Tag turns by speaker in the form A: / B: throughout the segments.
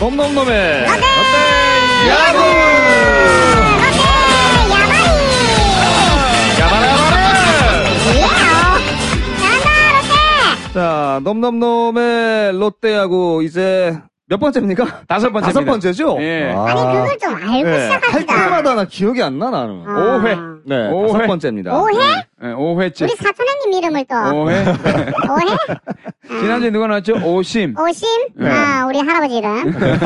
A: 멍멍놈의 어때? 야구! 야바라야바라! 자, 놈놈놈의 롯데야구 이제 몇 번째입니까?
B: 다섯 번째.
A: 다섯 번째죠?
B: 예.
A: 아,
C: 아니 그걸 좀 알고
A: 예. 할
C: 시작합시다.
A: 때마다 나 기억이 안 나, 나는.
C: 어.
B: 오회
A: 네,
B: 오,
A: 다섯
B: 회.
A: 번째입니다.
C: 오해?
A: 네.
B: 예, 오회째
C: 우리 사촌언님 이름을 또
B: 오회
C: 오해?
B: 지난주에 누가 나왔죠? 오심.
A: 어.
C: 오심?
A: 네.
C: 아 우리 할아버지 이름. 네.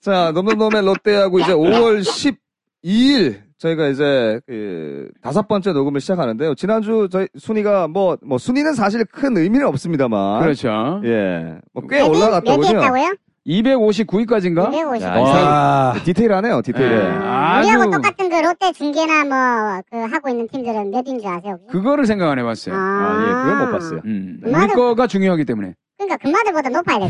A: 자, 놈놈놈의 롯데하고 이제 5월 12일 저희가 이제 그 다섯 번째 녹음을 시작하는데요. 지난주 저희 순위가 뭐, 뭐 순위는 사실 큰 의미는 없습니다만.
B: 그렇죠.
A: 예. 뭐 꽤
C: 몇 위? 몇
A: 올라갔다군요. 네?
C: 위 했다고요?
B: 259위까지인가?
C: 250.
A: 야, 이 사람 디테일하네요, 디테일해.
B: 아주
C: 우리하고 똑같은 그 롯데 중계나 뭐 그 하고 있는 팀들은 몇인 줄 아세요? 혹시?
B: 그거를 생각 안 해봤어요.
A: 아, 예, 그건 못 봤어요.
B: 음. 우리
C: 맞아.
B: 거가 중요하기 때문에.
C: 그러니까 금마들보다 높아야 돼.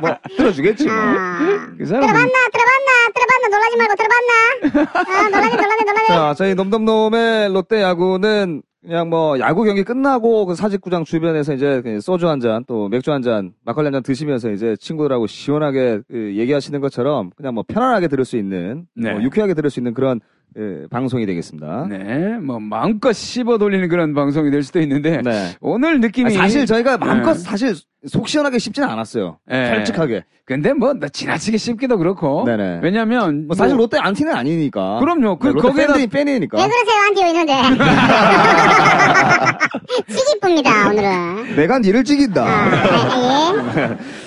A: 뭐, 들어주겠지. 뭐.
C: 아.
B: 그 사람 은
C: 들어봤나? 들어봤나? 들어봤나? 놀라지 말고 들어봤나? 아, 놀라네, 놀라네, 놀라네.
A: 자, 저희 놈놈놈의 롯데 야구는 그냥 뭐 야구 경기 끝나고 그 사직구장 주변에서 이제 그 소주 한 잔, 또 맥주 한 잔, 막걸리 한 잔 드시면서 이제 친구들하고 시원하게 그 얘기하시는 것처럼 그냥 뭐 편안하게 들을 수 있는,
B: 네.
A: 뭐 유쾌하게 들을 수 있는 그런 예, 방송이 되겠습니다.
B: 네, 뭐 마음껏 씹어 돌리는 그런 방송이 될 수도 있는데
A: 네.
B: 오늘
A: 아,
B: 느낌이
A: 사실 저희가 마음껏
B: 네.
A: 사실 속 시원하게 씹지는 않았어요.
B: 네.
A: 솔직하게.
B: 근데 뭐 나 지나치게 씹기도 그렇고
A: 네네.
B: 왜냐면
A: 뭐 사실
B: 뭐-
A: 롯데 안티는 아니니까.
B: 그럼요. 그-
A: 네, 롯데
B: 거기에다-
A: 팬들이 팬이니까.
C: 왜 그러세요? 안티오 있는데. 치기쁩니다, 오늘은.
A: 내가 니를 찍인다.
C: 아, 아,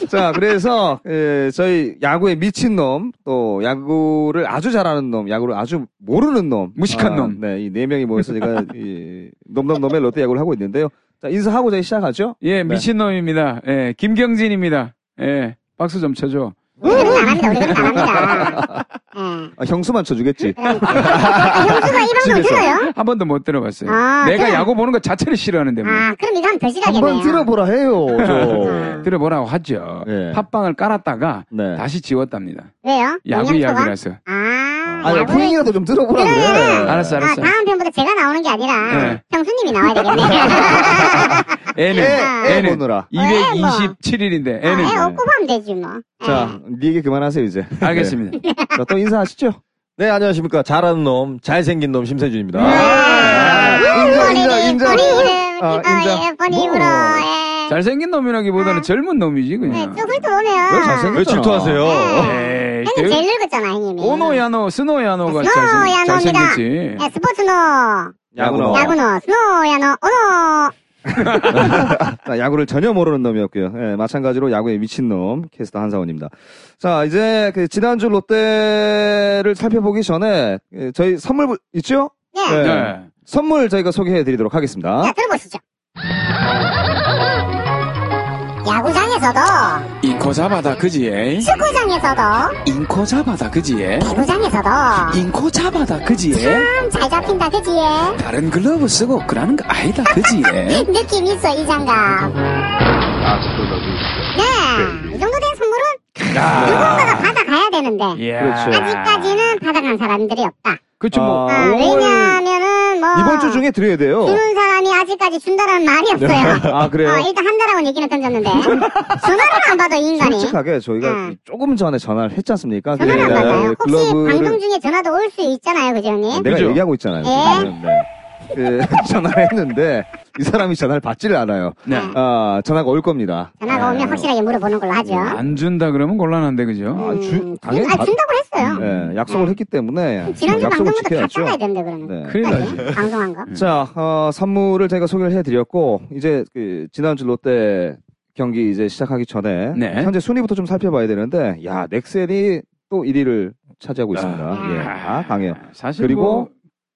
C: 예.
A: 자, 그래서 예, 저희 야구에 미친 놈, 또 야구를 아주 잘하는 놈, 야구를 아주 모르는 놈,
B: 무식한
A: 아,
B: 놈.
A: 네, 이 네 명이 모여서 제가 이 놈놈놈의 롯데 야구를 하고 있는데요. 자, 인사하고 저희 시작하죠.
B: 예 미친놈입니다. 예 김경진입니다. 예 박수 좀 쳐줘.
C: 우리 그렇게 안 합니다, 우리 그렇게 안 합니다. 예.
A: 아, 형수만 쳐주겠지.
C: 아, 형수가 이 방송
A: 집에서.
C: 들어요?
B: 한 번도 못 들어봤어요.
C: 아,
B: 내가
C: 그럼-
B: 야구 보는 거 자체를 싫어하는데 뭐
C: 아, 그럼 이거 하면 아, 더
A: 음. 한번
C: 시작이네요.
A: 들어보라 해요. 저.
B: 들어보라고 하죠.
A: 아. 예.
B: 팟빵을 깔았다가
A: 네.
B: 다시 지웠답니다.
C: 왜요?
B: 야구
C: 영양소가?
B: 이야기라서.
C: 아,
A: 아니, 네,
C: 야구를
A: 후잉이라도 좀 들어보라
D: 네.
A: 그래.
B: 알았어
C: 아,
B: 알았어.
C: 다음 편부터 제가 나오는 게 아니라
B: 네.
C: 형수님이 나와야 되겠네.
B: 애는
D: 네.
C: 아.
A: 애, 애 네, 보느라.
B: 227일인데
C: 아,
B: 애는
C: 애 얻고 하면 되지 뭐.
A: 자, 네 얘기 그만하세요, 이제.
B: 알겠습니다.
A: 네. 자, 또 인사하시죠.
D: 네, 안녕하십니까. 잘하는 놈, 잘생긴 놈, 심세준입니다.
A: 네.
C: 네.
A: 인정, 인정,
C: 인정.
A: 인정.
C: 본인 이름,
A: 아, 인정.
C: 어, 예, 본인
A: 뭐.
C: 입으로. 예.
B: 잘생긴 놈이라기보다는
C: 아.
B: 젊은 놈이지
C: 네,
B: 그냥. 그렇죠.
C: 좀 훑어보네요. 네.
A: 왜 잘생겼어요? 그
D: 왜 질투하세요?
B: 에이, 그
C: 형님 제일 늙었잖아, 형님이.
B: 오노야노, 스노야노가
C: 스노야노입니다.
B: 잘생, 잘생겼지.
C: 예, 스포츠노,
A: 어. 야구노.
C: 야구노, 스노야노, 오노.
A: 자, 아, 야구를 전혀 모르는 놈이었고요. 예, 마찬가지로 야구에 미친 놈 캐스터 한사원입니다. 자, 이제 그 지난주 롯데를 살펴보기 전에 예, 저희 선물 부- 있죠?
C: 예.
A: 네.
B: 네.
A: 선물 저희가 소개해 드리도록 하겠습니다.
C: 자, 들어보시죠. 야구장에서도,
B: 인코 잡아다 그지에
C: 축구장에서도,
B: 인코 잡아다 그지에
C: 배구장에서도,
B: 인코 잡아다 그지에
C: 참 잘 잡힌다, 그지예?
B: 다른 글러브 쓰고 그러는 거 아니다
A: 네.
B: 그지에
C: 느낌 있어 이 장갑. 네, 이 정도 된 선물은 누군가가 받아가야 되는데
A: 그렇죠.
C: 아직까지는 받아간 사람들이 없다.
B: 그쵸 뭐
C: 아,
B: 오월-
C: 왜냐하면은 뭐
A: 이번 주 중에 드려야 돼요.
C: 주는 사람이 아직까지 준다라는 말이 없어요.
A: 아, 그래요?
C: 어, 일단 한다라고 얘기는 던졌는데 전화를 안 받아 이 인간이.
A: 솔직하게 저희가
C: 음.
A: 조금 전에 전화를 했지 않습니까?
C: 전화를 안
A: 그,
C: 받아요.
A: 예,
C: 혹시 방송 중에 전화도 올 수 있잖아요, 그죠 형님?
A: 내가
B: 그죠?
A: 얘기하고 있잖아요.
C: 예?
A: 지금. 네. 그, 전화를 했는데 이 사람이 전화를 받지를 않아요.
B: 네.
A: 아, 전화가 올 겁니다.
C: 어, 전화가 오면 확실하게 물어보는 걸로 하죠.
B: 안 준다 그러면 곤란한데 그죠
A: 아, 주,
C: 음,
A: 당연히
C: 아,
A: 받-
C: 준다고 했어요. 음,
A: 예,
B: 음.
A: 약속을 했기 때문에
C: 지난주
A: 약속을
C: 방송부터 다
A: 지켜야죠.
C: 따가야 되는데 그러면. 그러니까
A: 네.
B: 큰일 나지
C: 방송한 거?
A: 자, 어, 선물을 저희가 소개를 해드렸고 이제 그 지난주 롯데 경기 이제 시작하기 전에
B: 네.
A: 현재 순위부터 좀 살펴봐야 되는데 야 넥센이 또 1위를 차지하고 있습니다.
C: 아.
A: 예, 아 강해요.
B: 사실
A: 그리고-
B: 뭐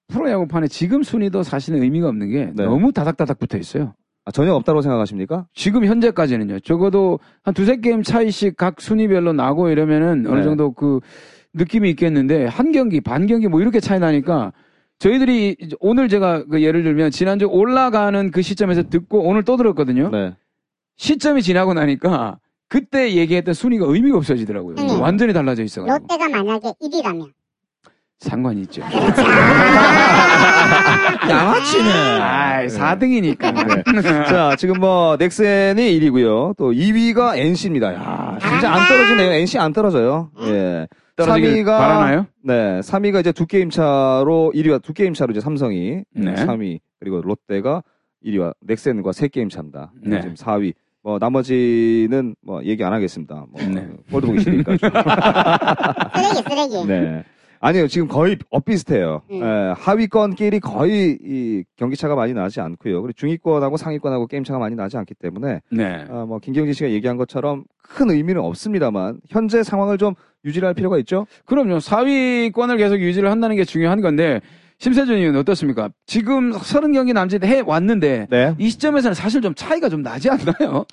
B: 프로야구판에 지금 순위도 사실은 의미가 없는 게
A: 네.
B: 너무 다닥다닥 붙어 있어요
A: 아, 전혀 없다고 생각하십니까?
B: 지금 현재까지는요. 적어도 한 두세 게임 차이씩 각 순위별로 나고 이러면은 어느
A: 네.
B: 정도 그 느낌이 있겠는데 한 경기, 반 경기 뭐 이렇게 차이 나니까 저희들이 이제 오늘 제가 그 예를 들면 지난주 올라가는 그 시점에서 듣고 오늘 또 들었거든요.
A: 네.
B: 시점이 지나고 나니까 그때 얘기했던 순위가 의미가 없어지더라고요.
C: 음.
A: 네.
B: 완전히 달라져 있어가지고.
C: 롯데가 만약에 1위라면
B: 상관이 있죠.
A: 양아치네.
B: 아이, 4등이니까. 네.
E: 자, 지금 뭐 넥센이 1위고요. 또 2위가 NC입니다. 야, 진짜 안 떨어지네요. NC 안 떨어져요.
C: 음.
E: 예.
B: 아, 떨어지길
E: 3위가
B: 바라나요?
E: 네, 3위가 이제 두 게임 차로 1위와 두 게임 차로 이제 삼성이
B: 네.
E: 3위 그리고 롯데가 1위와 넥센과 세 게임 차입니다.
B: 네.
E: 지금 4위. 뭐 나머지는 뭐 얘기 안 하겠습니다. 뭐
B: 네.
E: 골드 보기 싫으니까. 좀.
A: 아.
C: 쓰레기 쓰레기.
E: 네. 아니요, 지금 거의 엇비슷해요.
C: 음.
E: 예, 하위권끼리 거의 이 경기차가 많이 나지 않고요. 그리고 중위권하고 상위권하고 게임차가 많이 나지 않기 때문에
B: 네.
E: 아, 뭐 김경진 씨가 얘기한 것처럼 큰 의미는 없습니다만 현재 상황을 좀 유지할 필요가 있죠.
B: 그럼요. 4위권을 계속 유지를 한다는 게 중요한 건데, 심세준 의원 어떻습니까? 지금 30경기 남짓 해 왔는데,
A: 네.
B: 이 시점에서는 사실 좀 차이가 좀 나지 않나요?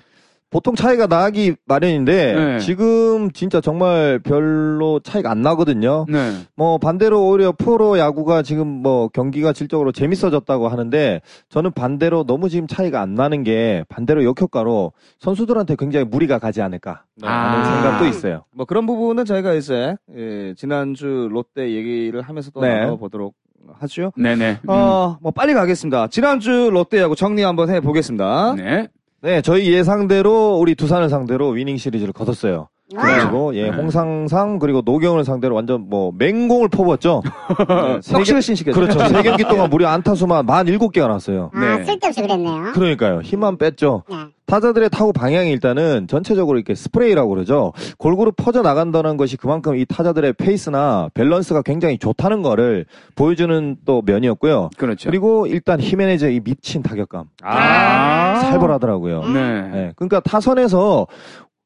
A: 보통 차이가 나기 마련인데
B: 네.
A: 지금 진짜 정말 별로 차이가 안 나거든요.
B: 네.
A: 뭐 반대로 오히려 프로 야구가 지금 뭐 경기가 질적으로 재밌어졌다고 하는데 저는 반대로 너무 지금 차이가 안 나는 게 반대로 역효과로 선수들한테 굉장히 무리가 가지 않을까 하는
B: 아.
A: 생각도 있어요.
E: 네. 뭐 그런 부분은 저희가 이제 예, 지난주 롯데 얘기를 하면서 또
A: 네. 음.
E: 나눠보도록 하죠.
B: 네네. 음.
E: 어, 뭐 빨리 가겠습니다. 지난주 롯데하고 정리 한번 해보겠습니다.
B: 네.
A: 네, 저희 예상대로 우리 두산을 상대로 위닝 시리즈를 거뒀어요.
C: 와.
A: 그리고 예,
B: 네.
A: 홍상상 그리고 노경을 상대로 완전 뭐 맹공을 퍼부었죠.
E: 네, 떡실을 신시겠죠.
A: 그렇죠. 세 경기 동안 무려 안타수만 만 일곱 개가 났어요.
C: 아
B: 네.
C: 쓸데없이 그랬네요.
A: 그러니까요. 힘만 뺐죠.
C: 네.
A: 타자들의 타구 방향이 일단은 전체적으로 이렇게 스프레이라고 그러죠. 골고루 퍼져 나간다는 것이 그만큼 이 타자들의 페이스나 밸런스가 굉장히 좋다는 거를 보여주는 또 면이었고요.
B: 그렇죠.
A: 그리고 일단 히메네즈의 이 미친 타격감
B: 아.
A: 살벌하더라고요.
B: 네.
A: 네, 그러니까 타선에서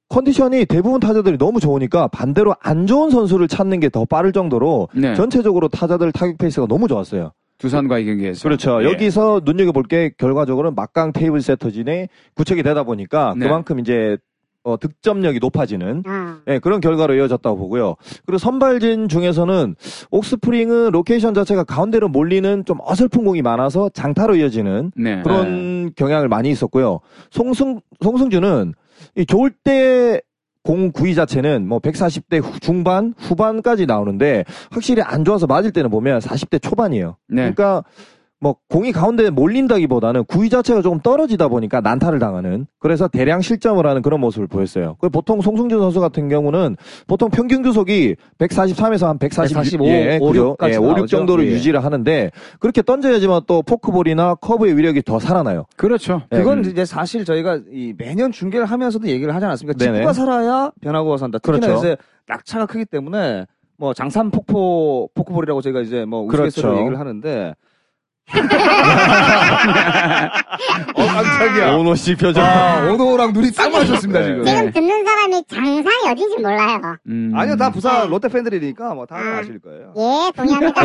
A: 컨디션이 대부분 타자들이 너무 좋으니까 반대로 안 좋은 선수를 찾는 게 더 빠를 정도로
B: 네.
A: 전체적으로 타자들 타격 페이스가 너무 좋았어요.
B: 두산과의 경기에서.
A: 그렇죠.
B: 예.
A: 여기서 눈여겨볼 게 결과적으로는 막강 테이블 세터진의 구축이 되다 보니까
B: 네.
A: 그만큼 이제 어, 득점력이 높아지는
C: 아.
A: 예, 그런 결과로 이어졌다고 보고요. 그리고 선발진 중에서는 옥스프링은 로케이션 자체가 가운데로 몰리는 좀 어설픈 공이 많아서 장타로 이어지는
B: 네.
A: 그런 경향을 많이 있었고요. 송승 송승준은 이 좋을 때 공구위 자체는 뭐 140대 후- 중반 후반까지 나오는데 확실히 안 좋아서 맞을 때는 보면 40대 초반이에요.
B: 네.
A: 그러니까 뭐 공이 가운데 몰린다기보다는 구위 자체가 조금 떨어지다 보니까 난타를 당하는 그래서 대량 실점을 하는 그런 모습을 보였어요. 그 보통 송승준 선수 같은 경우는 보통 평균 구속이 143에서 한 145,
E: 145,
A: 예, 그죠?
E: 56까지
A: 예, 5, 6
E: 나오죠.
A: 정도를
E: 예.
A: 유지를 하는데 그렇게 던져야지만 또 포크볼이나 커브의 위력이 더 살아나요.
B: 그렇죠.
A: 네,
E: 그건
B: 음.
E: 이제 사실 저희가 이 매년 중계를 하면서도 얘기를 하지 않았습니까?
A: 네네.
E: 직구가 그 살아야 변화구가 산다. 특히나
A: 그렇죠.
E: 이제 낙차가 크기 때문에 뭐 장산 폭포 포크볼이라고 저희가 이제 뭐 우스갯소리로
A: 그렇죠.
E: 얘기를 하는데
A: 어, 오노 씨 표정.
E: 아, 오도랑 눈이 네. 딱 맞았습니다 지금.
C: 지금
A: 네.
C: 듣는 사람이 장상이 어딘지 몰라요.
B: 음.
E: 아니요, 다 부산 롯데 팬들이니까 뭐 다 아실 거예요.
C: 예, 동의합니다.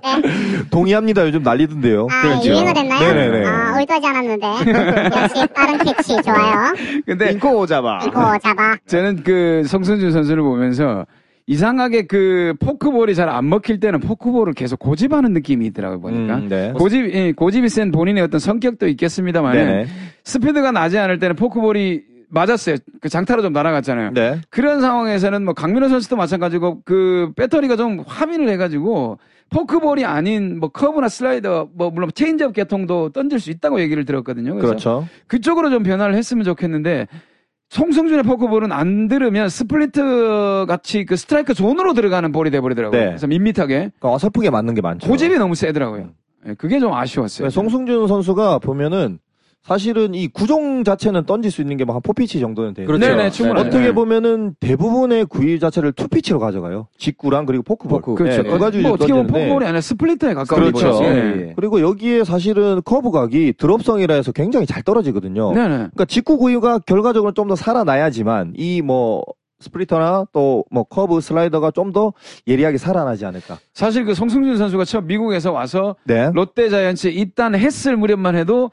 C: 네.
A: 동의합니다. 요즘 난리던데요.
C: 아, 유행어 됐나요?
A: 네네네.
C: 아, 올드하지 않았는데. 역시 빠른 캐치 좋아요.
B: 근데
E: 인코 잡아.
C: 이거 잡아.
B: 저는 그 성승준 선수를 보면서 이상하게 그 포크볼이 잘 안 먹힐 때는 포크볼을 계속 고집하는 느낌이 있더라고요, 보니까.
A: 음, 네.
B: 고집, 예, 고집이 센 본인의 어떤 성격도 있겠습니다만,
A: 네네.
B: 스피드가 나지 않을 때는 포크볼이 맞았어요. 그 장타로 좀 날아갔잖아요.
A: 네.
B: 그런 상황에서는 뭐 강민호 선수도 마찬가지고 그 배터리가 좀 화민을 해가지고 포크볼이 아닌 뭐 커브나 슬라이더 뭐 물론 체인지업 계통도 던질 수 있다고 얘기를 들었거든요. 그래서
A: 그렇죠.
B: 그쪽으로 좀 변화를 했으면 좋겠는데 송승준의 포크볼은 안 들으면 스플리트 같이 그 스트라이크 존으로 들어가는 볼이 돼버리더라고요.
A: 네.
B: 그래서 밋밋하게
A: 그러니까 어설프게 맞는 게 많죠.
B: 고집이 너무 세더라고요. 예, 그게 좀 아쉬웠어요.
A: 네, 송승준 선수가 보면은 사실은 이 구종 자체는 던질 수 있는 게 막한 포피치 정도는 돼요.
B: 그렇죠. 네네, 충분하죠. 네.
A: 어떻게 보면은 대부분의 구위 자체를 투피치로 가져가요. 직구랑 그리고 포크볼.
E: 포크.
B: 그렇죠.
A: 네, 두 가지
B: 뭐 어떻게 보면
A: 던지는데.
B: 포크볼이 아니라 스플리터에 가까운
A: 그렇죠.
B: 거죠. 네.
E: 예, 예.
A: 그리고 여기에 사실은 커브각이 드롭성이라 해서 굉장히 잘 떨어지거든요.
B: 네네.
A: 그러니까 직구 구위가 결과적으로 좀 더 살아나야지만 이 뭐 스프리터나 또 뭐 커브 슬라이더가 좀 더 예리하게 살아나지 않을까.
B: 사실 그 송승준 선수가 처음 미국에서 와서
A: 네.
B: 롯데 자이언츠 입단 했을 무렵만 해도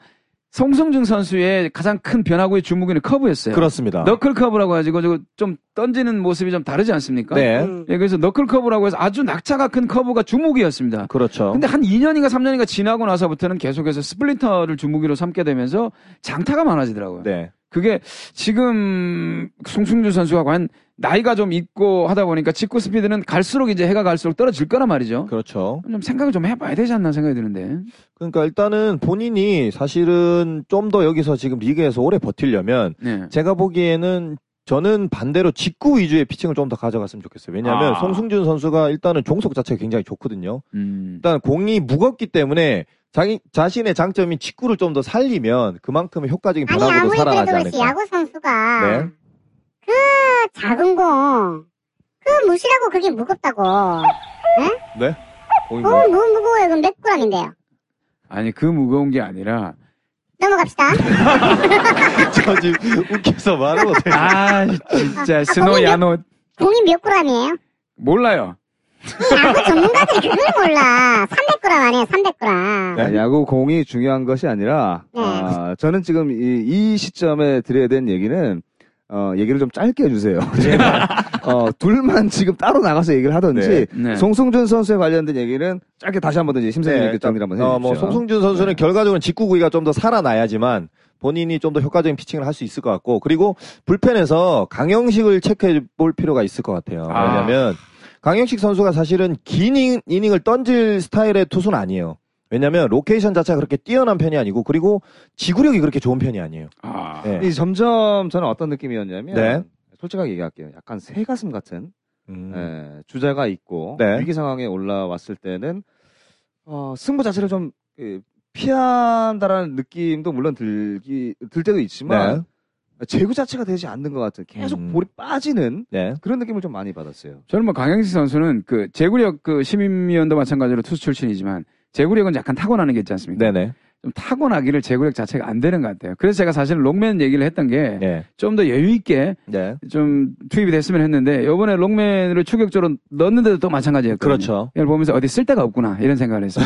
B: 송승준 선수의 가장 큰 변화구의 주무기는 커브였어요.
A: 그렇습니다.
B: 너클 커브라고 해가지고 저거 좀 던지는 모습이 좀 다르지 않습니까?
A: 네.
C: 음.
B: 예, 그래서 너클 커브라고 해서 아주 낙차가 큰 커브가 주무기였습니다.
A: 그렇죠.
B: 근데 한 2년인가 3년인가 지나고 나서부터는 계속해서 스플린터를 주무기로 삼게 되면서 장타가 많아지더라고요.
A: 네.
B: 그게 지금 송승준 선수가 과연 나이가 좀 있고 하다 보니까 직구 스피드는 갈수록 이제 해가 갈수록 떨어질 거란 말이죠.
A: 그렇죠.
B: 좀 생각을 좀 해봐야 되지 않나 생각이 드는데.
A: 그러니까 일단은 본인이 사실은 좀 더 여기서 지금 리그에서 오래 버티려면
B: 네.
A: 제가 보기에는 저는 반대로 직구 위주의 피칭을 좀 더 가져갔으면 좋겠어요. 왜냐하면
B: 아.
A: 송승준 선수가 일단은 종속 자체가 굉장히 좋거든요.
B: 음.
A: 일단 공이 무겁기 때문에 자기 자신의 장점인 직구를 좀 더 살리면 그만큼의 효과적인
C: 아니
A: 변화구로
C: 아무리 그래도
A: 살아나지
C: 그렇지
A: 않을까.
C: 야구 선수가
A: 네.
C: 그 작은 공, 그 무시라고 그게 무겁다고. 어,
A: 공이
E: 아.
C: 뭐 무거워요. 그럼 몇 그램인데요?
B: 아니 그 무거운 게 아니라
C: 넘어갑시다.
A: 저 지금 웃겨서 말을 못해.
B: 아 진짜 스노
C: 거기 몇-
B: 야노
C: 공이 몇 그램이에요?
B: 아, 몰라요.
C: 이 야구 전문가들이 그걸 몰라. 300g 아니에요, 300g.
A: 네.
E: 야구 공이 중요한 것이 아니라
C: 네.
E: 아, 저는 지금 이, 이 시점에 드려야 되는 얘기는 어, 얘기를 좀 짧게 해주세요. 제가 어, 둘만 지금 따로 나가서 얘기를 하든지
B: 네.
E: 송승준 선수에 관련된 얘기는 짧게 다시 한번 든지 심세준
A: 네,
E: 네, 정리를 한번 네. 해주시죠.
A: 어, 뭐 송승준 선수는 결과적으로 직구 구위가 좀 더 살아나야지만 본인이 좀 더 효과적인 피칭을 할 수 있을 것 같고 그리고 불펜에서 강영식을 체크해 볼 필요가 있을 것 같아요.
B: 아.
A: 왜냐하면 강영식 선수가 사실은 긴 인- 이닝을 던질 스타일의 투수는 아니에요. 왜냐하면 로케이션 자체가 그렇게 뛰어난 편이 아니고 그리고 지구력이 그렇게 좋은 편이 아니에요.
B: 아.
A: 예.
E: 이 점점 저는 어떤 느낌이었냐면
A: 네.
E: 솔직하게 얘기할게요. 약간 새 가슴 같은
A: 음.
E: 예, 주자가 있고
A: 네.
E: 위기 상황에 올라왔을 때는 어, 승부 자체를 좀 예, 피한다라는 느낌도 물론 들기 들 때도 있지만 제구 자체가 되지 않는 것 같은 계속
A: 네. 음.
E: 볼이 빠지는
A: 네.
E: 그런 느낌을 좀 많이 받았어요.
B: 저는 뭐 강영식 선수는 그 제구력 그 시민위원도 마찬가지로 투수 출신이지만 제구력은 약간 타고나는 게 있지 않습니까?
A: 네. 네네.
B: 좀 타고나기를 제구력 자체가 안 되는 것 같아요. 그래서 제가 사실 롱맨 얘기를 했던 게 좀 더
A: 네.
B: 여유 있게
A: 네.
B: 좀 투입이 됐으면 했는데 요번에 롱맨을 추격적으로 넣었는데도 또 마찬가지였거든요.
A: 그렇죠.
B: 이걸 보면서 어디 쓸 데가 없구나 이런 생각을 했어요.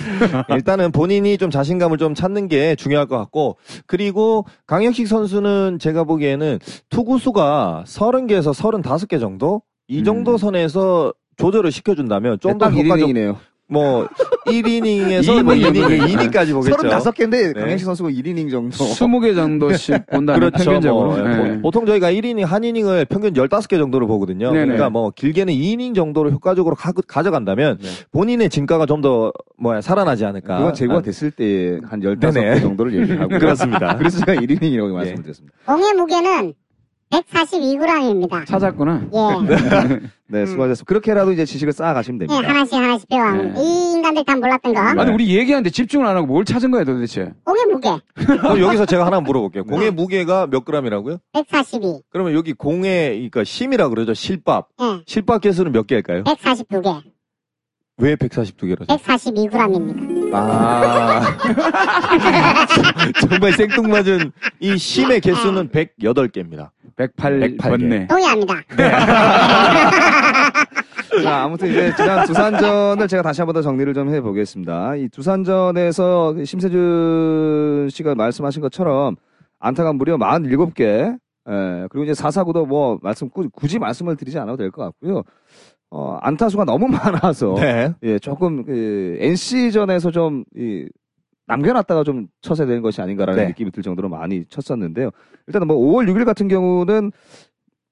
A: 일단은 본인이 좀 자신감을 좀 찾는 게 중요할 것 같고 그리고 강혁식 선수는 제가 보기에는 투구수가 30개에서 35개 정도 이 정도
B: 음.
A: 선에서 조절을 시켜준다면 좀 더
E: 좀딱
A: 효과적
E: 1이닝이네요.
A: 뭐 1이닝에서
B: 이닝 정도는.
A: 2이닝, 까지 보겠죠.
E: 35개인데
A: 네.
E: 강현식 선수가 1이닝 정도.
B: 20개 정도씩 본다면
A: 그렇죠.
B: 평균적으로.
A: 뭐,
B: 예.
A: 보- 보통 저희가 1이닝 한 이닝을 평균 15개 정도로 보거든요.
B: 네네.
A: 그러니까 뭐 길게는 2이닝 정도로 효과적으로 가, 져간다면
E: 네.
A: 본인의 진가가 좀 더 뭐야 살아나지 않을까.
E: 그건 제구가
A: 아,
E: 됐을 때 한 15개
A: 네네.
E: 정도를 얘기하고
A: 그렇습니다. 예.
E: 그래서 제가 1이닝이라고 말씀을 드렸습니다.
C: 공의 무게는 142g입니다.
B: 찾았구나.
C: 예.
E: 네, 수고하셨습니다. 그렇게라도 이제 지식을 쌓아가시면
C: 예,
E: 됩니다.
C: 하나씩 하나씩 배워가는
B: 네.
C: 이 인간들 다 몰랐던 거.
A: 네.
E: 네.
B: 아니 우리 얘기하는데 집중을 안 하고 뭘 찾은 거야 도대체?
C: 공의 무게
A: 그럼 여기서 제가 하나 물어볼게요. 공의 무게가 몇 그램이라고요?
C: 142,
A: 그러면 여기 공의 그러니까 심이라 그러죠. 실밥.
C: 예,
A: 실밥 개수는 몇 개일까요?
C: 142개,
A: 왜 142개라죠?
C: 142g입니다.
A: 아. 정말 생뚱맞은 이 심의 개수는 108개입니다.
B: 108
A: 108 개.
B: 번네.
C: 동의합니다.
E: 자, 아무튼 이제 지난 두산전을 제가 다시 한 번 더 정리를 좀 해보겠습니다. 이 두산전에서 그 심세준 씨가 말씀하신 것처럼 안타가 무려 47개, 예, 그리고 이제 4사구도 뭐 말씀, 굳- 굳이 말씀을 드리지 않아도 될 것 같고요. 어, 안타수가 너무 많아서,
A: 네.
E: 예, 조금, NC전에서 좀, 이, 남겨놨다가 좀 쳐서야 되는 것이 아닌가라는
A: 네.
E: 느낌이 들 정도로 많이 쳤었는데요. 일단 뭐 5월 6일 같은 경우는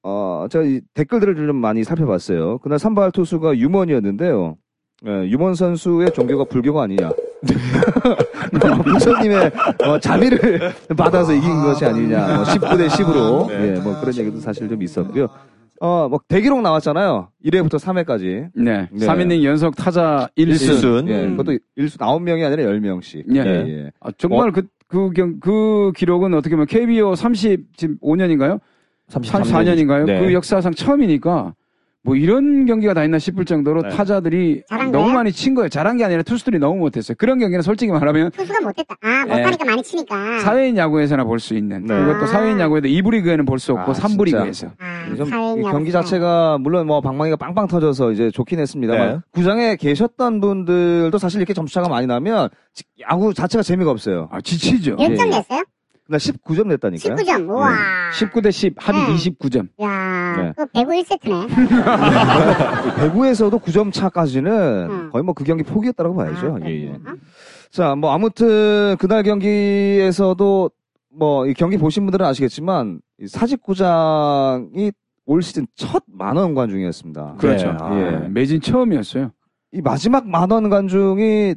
E: 어, 제가 이 댓글들을 좀 많이 살펴봤어요. 그날 선발 투수가 유먼이었는데요. 예, 유먼 선수의 종교가 불교가 아니냐. 어, 부처님의 어, 자비를 받아서 이긴 것이 아니냐. 뭐 19대 10으로.
A: 네.
E: 예, 뭐 그런 얘기도 사실 좀 있었고요. 어, 뭐 대기록 나왔잖아요. 1회부터 3회까지.
B: 네.
E: 네.
B: 3이닝 연속 타자 1수.
A: 일순.
E: 예,
C: 음.
E: 그것도 일수 9명이 아니라 10명씩.
B: 예. 아, 정말 그, 그, 경- 그 기록은 어떻게 보면 KBO 35년인가요? 34년인가요?
A: 네.
B: 그 역사상 처음이니까 뭐 이런 경기가 다 있나 싶을 정도로
A: 네.
B: 타자들이
C: 잘한
B: 너무
C: 거야?
B: 많이 친 거예요. 잘한 게 아니라 투수들이 너무 못했어요. 그런 경기는 솔직히 말하면
C: 투수가 못했다. 아, 못하니까 많이 치니까.
B: 사회인 야구에서나 볼 수 있는
E: 네.
B: 그것도 사회인 야구에도 2부 리그에는 볼 수 없고
E: 아,
B: 삼 3부
E: 진짜.
B: 리그에서.
C: 아,
E: 좀
C: 사회인
E: 이
C: 야구
E: 경기
C: 스타일.
E: 자체가 물론 뭐 방망이가 빵빵 터져서 이제 좋긴 했습니다만
A: 네.
E: 구장에 계셨던 분들도 사실 이렇게 점수차가 많이 나면 지- 야구 자체가 재미가 없어요.
B: 아, 지치죠.
E: 예.
C: 몇 점 냈어요?
E: 그날 19점 냈다니까요.
C: 19점. 우와.
B: 19대 10 합이
C: 네.
B: 29점.
C: 야,
E: 네.
C: 그거 배구 1세트네.
E: 배구에서도 9점 차까지는
C: 음.
E: 거의 뭐 그 경기 포기했다고 봐야죠.
C: 아,
E: 예, 예.
C: 그렇구나.
E: 자, 뭐 아무튼 그날 경기에서도 뭐, 이 경기 보신 분들은 아시겠지만, 이 사직구장이 올 시즌 첫 만원 관중이었습니다.
B: 그렇죠.
A: 네, 아.
B: 예. 매진 처음이었어요.
E: 이 마지막 만원 관중이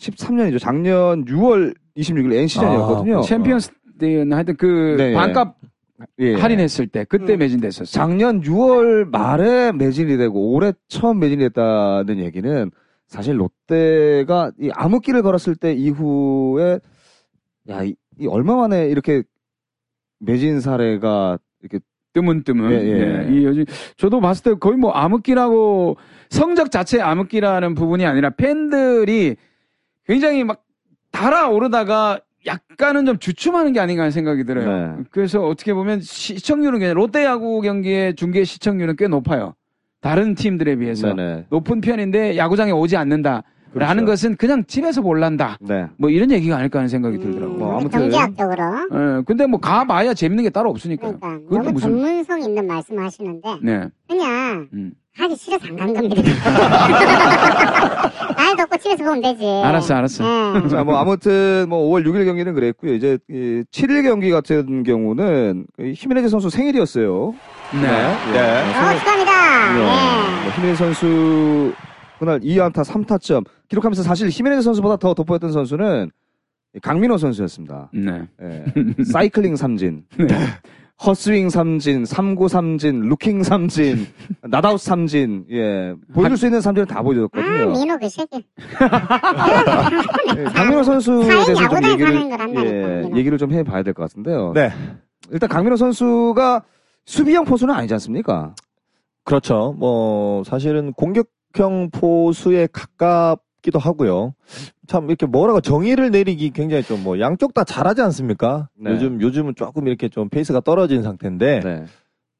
E: 2013년이죠. 작년 6월 26일 NC전이었거든요.
A: 어.
B: 아, 챔피언스 대회는 하여튼 그
E: 네, 예.
B: 반값
E: 예.
B: 할인했을 때 그때
C: 음.
B: 매진됐었어요.
E: 작년 6월 말에 매진이 되고 올해 처음 매진이 됐다는 얘기는 사실 롯데가 이 암흑기를 걸었을 때 이후에 야, 이, 이 얼마 만에 이렇게 매진 사례가 이렇게
B: 뜨문뜨문.
E: 예, 예.
B: 예, 이 요즘 저도 봤을 때 거의 뭐 암흑기라고 성적 자체 암흑기라는 부분이 아니라 팬들이 굉장히 막 달아오르다가 약간은 좀 주춤하는 게 아닌가 하는 생각이 들어요.
E: 네. 그
B: 래서 어떻게 보면 시- 시청률은 그냥 롯데야구 경기의 중계 시청률은 꽤 높아요. 다른 팀들에 비해서
E: 네
B: 높은 편인데 야구장에 오지 않는다라는
E: 그렇죠.
B: 것은 그냥 집에서 몰란다.
E: 네.
B: 뭐 이런 얘기가 아닐까 하는 생각이
C: 음.
B: 들더라고요.
E: 뭐 아무튼.
C: 경제학적으로.
B: 예, 근데 뭐 가봐야 재밌는 게 따로 없으니까요.
C: 그러니까
B: 그것도
C: 너무
B: 무슨-
C: 전문성 있는 말씀하시는데
B: 네.
C: 그냥
B: 음.
C: 하기 싫어서 안 간 겁니다. 날도 없고 집에서 보면 되지.
B: 알았어, 알았어.
C: 예.
E: 자, 뭐 아무튼 뭐 5월 6일 경기는 그랬고요. 이제 이 7일 경기 같은 경우는 이 히메네즈 선수 생일이었어요.
B: 네.
A: 네.
C: 어, 축하합니다. 예.
E: 뭐 히메네즈 선수 그날 2안타 3타점 기록하면서 사실 히메네즈 선수보다 더 돋보였던 선수는 강민호 선수였습니다.
B: 네.
E: 예. 사이클링 삼진, 헛스윙 삼진, 삼구 삼진, 루킹 삼진, 나다웃 삼진, 예 보여줄 수 있는 삼진을 다
C: 아,
E: 보여줬거든요.
C: 민호 그 새끼.
E: 예, 강민호 선수에 대해서 좀
C: 야구단에서
E: 얘기를
C: 하는 걸 한다니까,
E: 예,
C: 민호.
E: 얘기를 좀 해봐야 될 것 같은데요.
A: 네.
E: 일단 강민호 선수가 수비형 포수는 아니지 않습니까?
A: 그렇죠. 뭐 사실은 공격형 포수에 가깝기도 하고요. 참 이렇게 뭐라고 정의를 내리기 굉장히 좀 뭐 양쪽 다 잘하지 않습니까?
E: 네.
A: 요즘 요즘은 조금 이렇게 좀 페이스가 떨어진 상태인데
E: 네.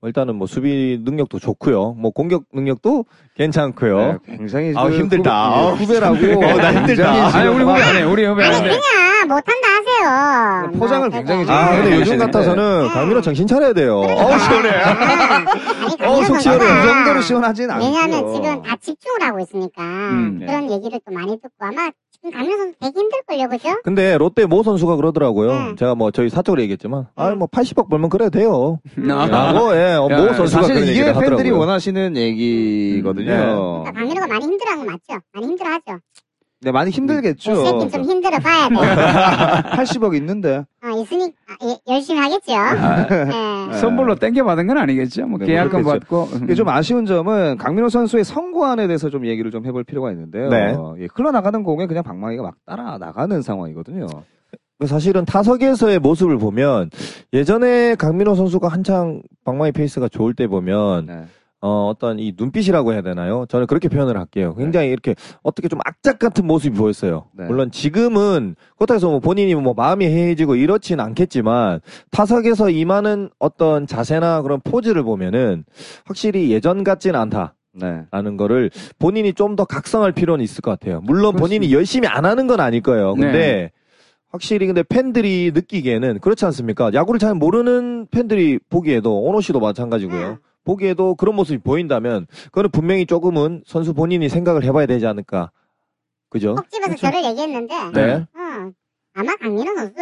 A: 일단은 뭐 수비 능력도 좋고요. 뭐 공격 능력도 괜찮고요.
E: 네, 굉장히
A: 아우,
E: 그
A: 힘들다.
E: 후배, 라고 네,
A: 어, 나 힘들다.
B: 아니, 우리 후배 안 해. 우리 후배 안 해.
C: 그냥 못한다 하세요.
E: 네, 포장을
C: 뭐,
E: 굉장히 네.
C: 그냥.
A: 아, 근데 요즘
E: 하시는데.
A: 같아서는 강민호 정신 차려야 돼요. 어, 시원해.
C: 아,
A: 어, 속 시원해.
E: 이 정도로 시원하진 않고요.
C: 왜냐하면 지금 다 집중을 하고 있으니까
B: 음,
E: 예.
C: 그런 얘기를 또 많이 듣고 아마 지금 강민호 선수 되게 힘들걸요, 그죠?
A: 근데 롯데 모 선수가 그러더라고요.
E: 음.
C: 응.
A: 제가 뭐 저희 사적으로 얘기했지만, 아, 뭐 80억 벌면 그래도 돼요.
B: 아,
A: 라고, 예, 어,
B: 야,
A: 모 선수가
E: 사실
A: 그런
E: 이게
A: 얘기를
E: 팬들이
A: 하더라고요.
E: 원하시는 얘기거든요.
C: 그러니까 강민호가 많이 힘들어하는 거 맞죠? 많이 힘들어하죠.
E: 음, 네, 많이 힘들겠죠.
C: 이 새끼 좀 힘들어 봐야 돼.
E: 80억 있는데.
C: 어, 있으니 아, 예, 열심히 하겠죠.
B: 아,
C: 예.
B: 선불로 땡겨받은 건 아니겠죠. 네. 뭐
E: 네,
B: 계약금
E: 그렇겠죠.
B: 받고.
E: 이게 좀 아쉬운 점은 강민호 선수의 선구안에 대해서 좀 얘기를 좀 해볼 필요가 있는데요.
A: 네.
E: 예, 흘러나가는 공에 그냥 방망이가 막 따라 나가는 상황이거든요.
A: 그 사실은 타석에서의 모습을 보면, 예전에 강민호 선수가 한창 방망이 페이스가 좋을 때 보면,
E: 네.
A: 어, 어떤 이 눈빛이라고 해야 되나요? 저는 그렇게 표현을 할게요. 굉장히 이렇게 어떻게 좀 악작 같은 모습이 보였어요.
E: 네.
A: 물론 지금은 그렇다고 해서 뭐 본인이 뭐 마음이 해해지고 이렇진 않겠지만 타석에서 임하는 어떤 자세나 그런 포즈를 보면은 확실히 예전 같진 않다.
E: 네.
A: 라는 거를 본인이 좀 더 각성할 필요는 있을 것 같아요. 물론
B: 그렇습니다.
A: 본인이 열심히 안 하는 건 아닐 거예요. 근데
B: 네.
A: 확실히 근데 팬들이 느끼기에는 그렇지 않습니까? 야구를 잘 모르는 팬들이 보기에도 오노 씨도 마찬가지고요. 보기에도 그런 모습이 보인다면 그거는 분명히 조금은 선수 본인이 생각을 해봐야 되지 않을까. 그죠?
C: 꼭 집어서
B: 그렇죠.
C: 저를 얘기했는데
A: 네.
C: 어, 아마 강민호 선수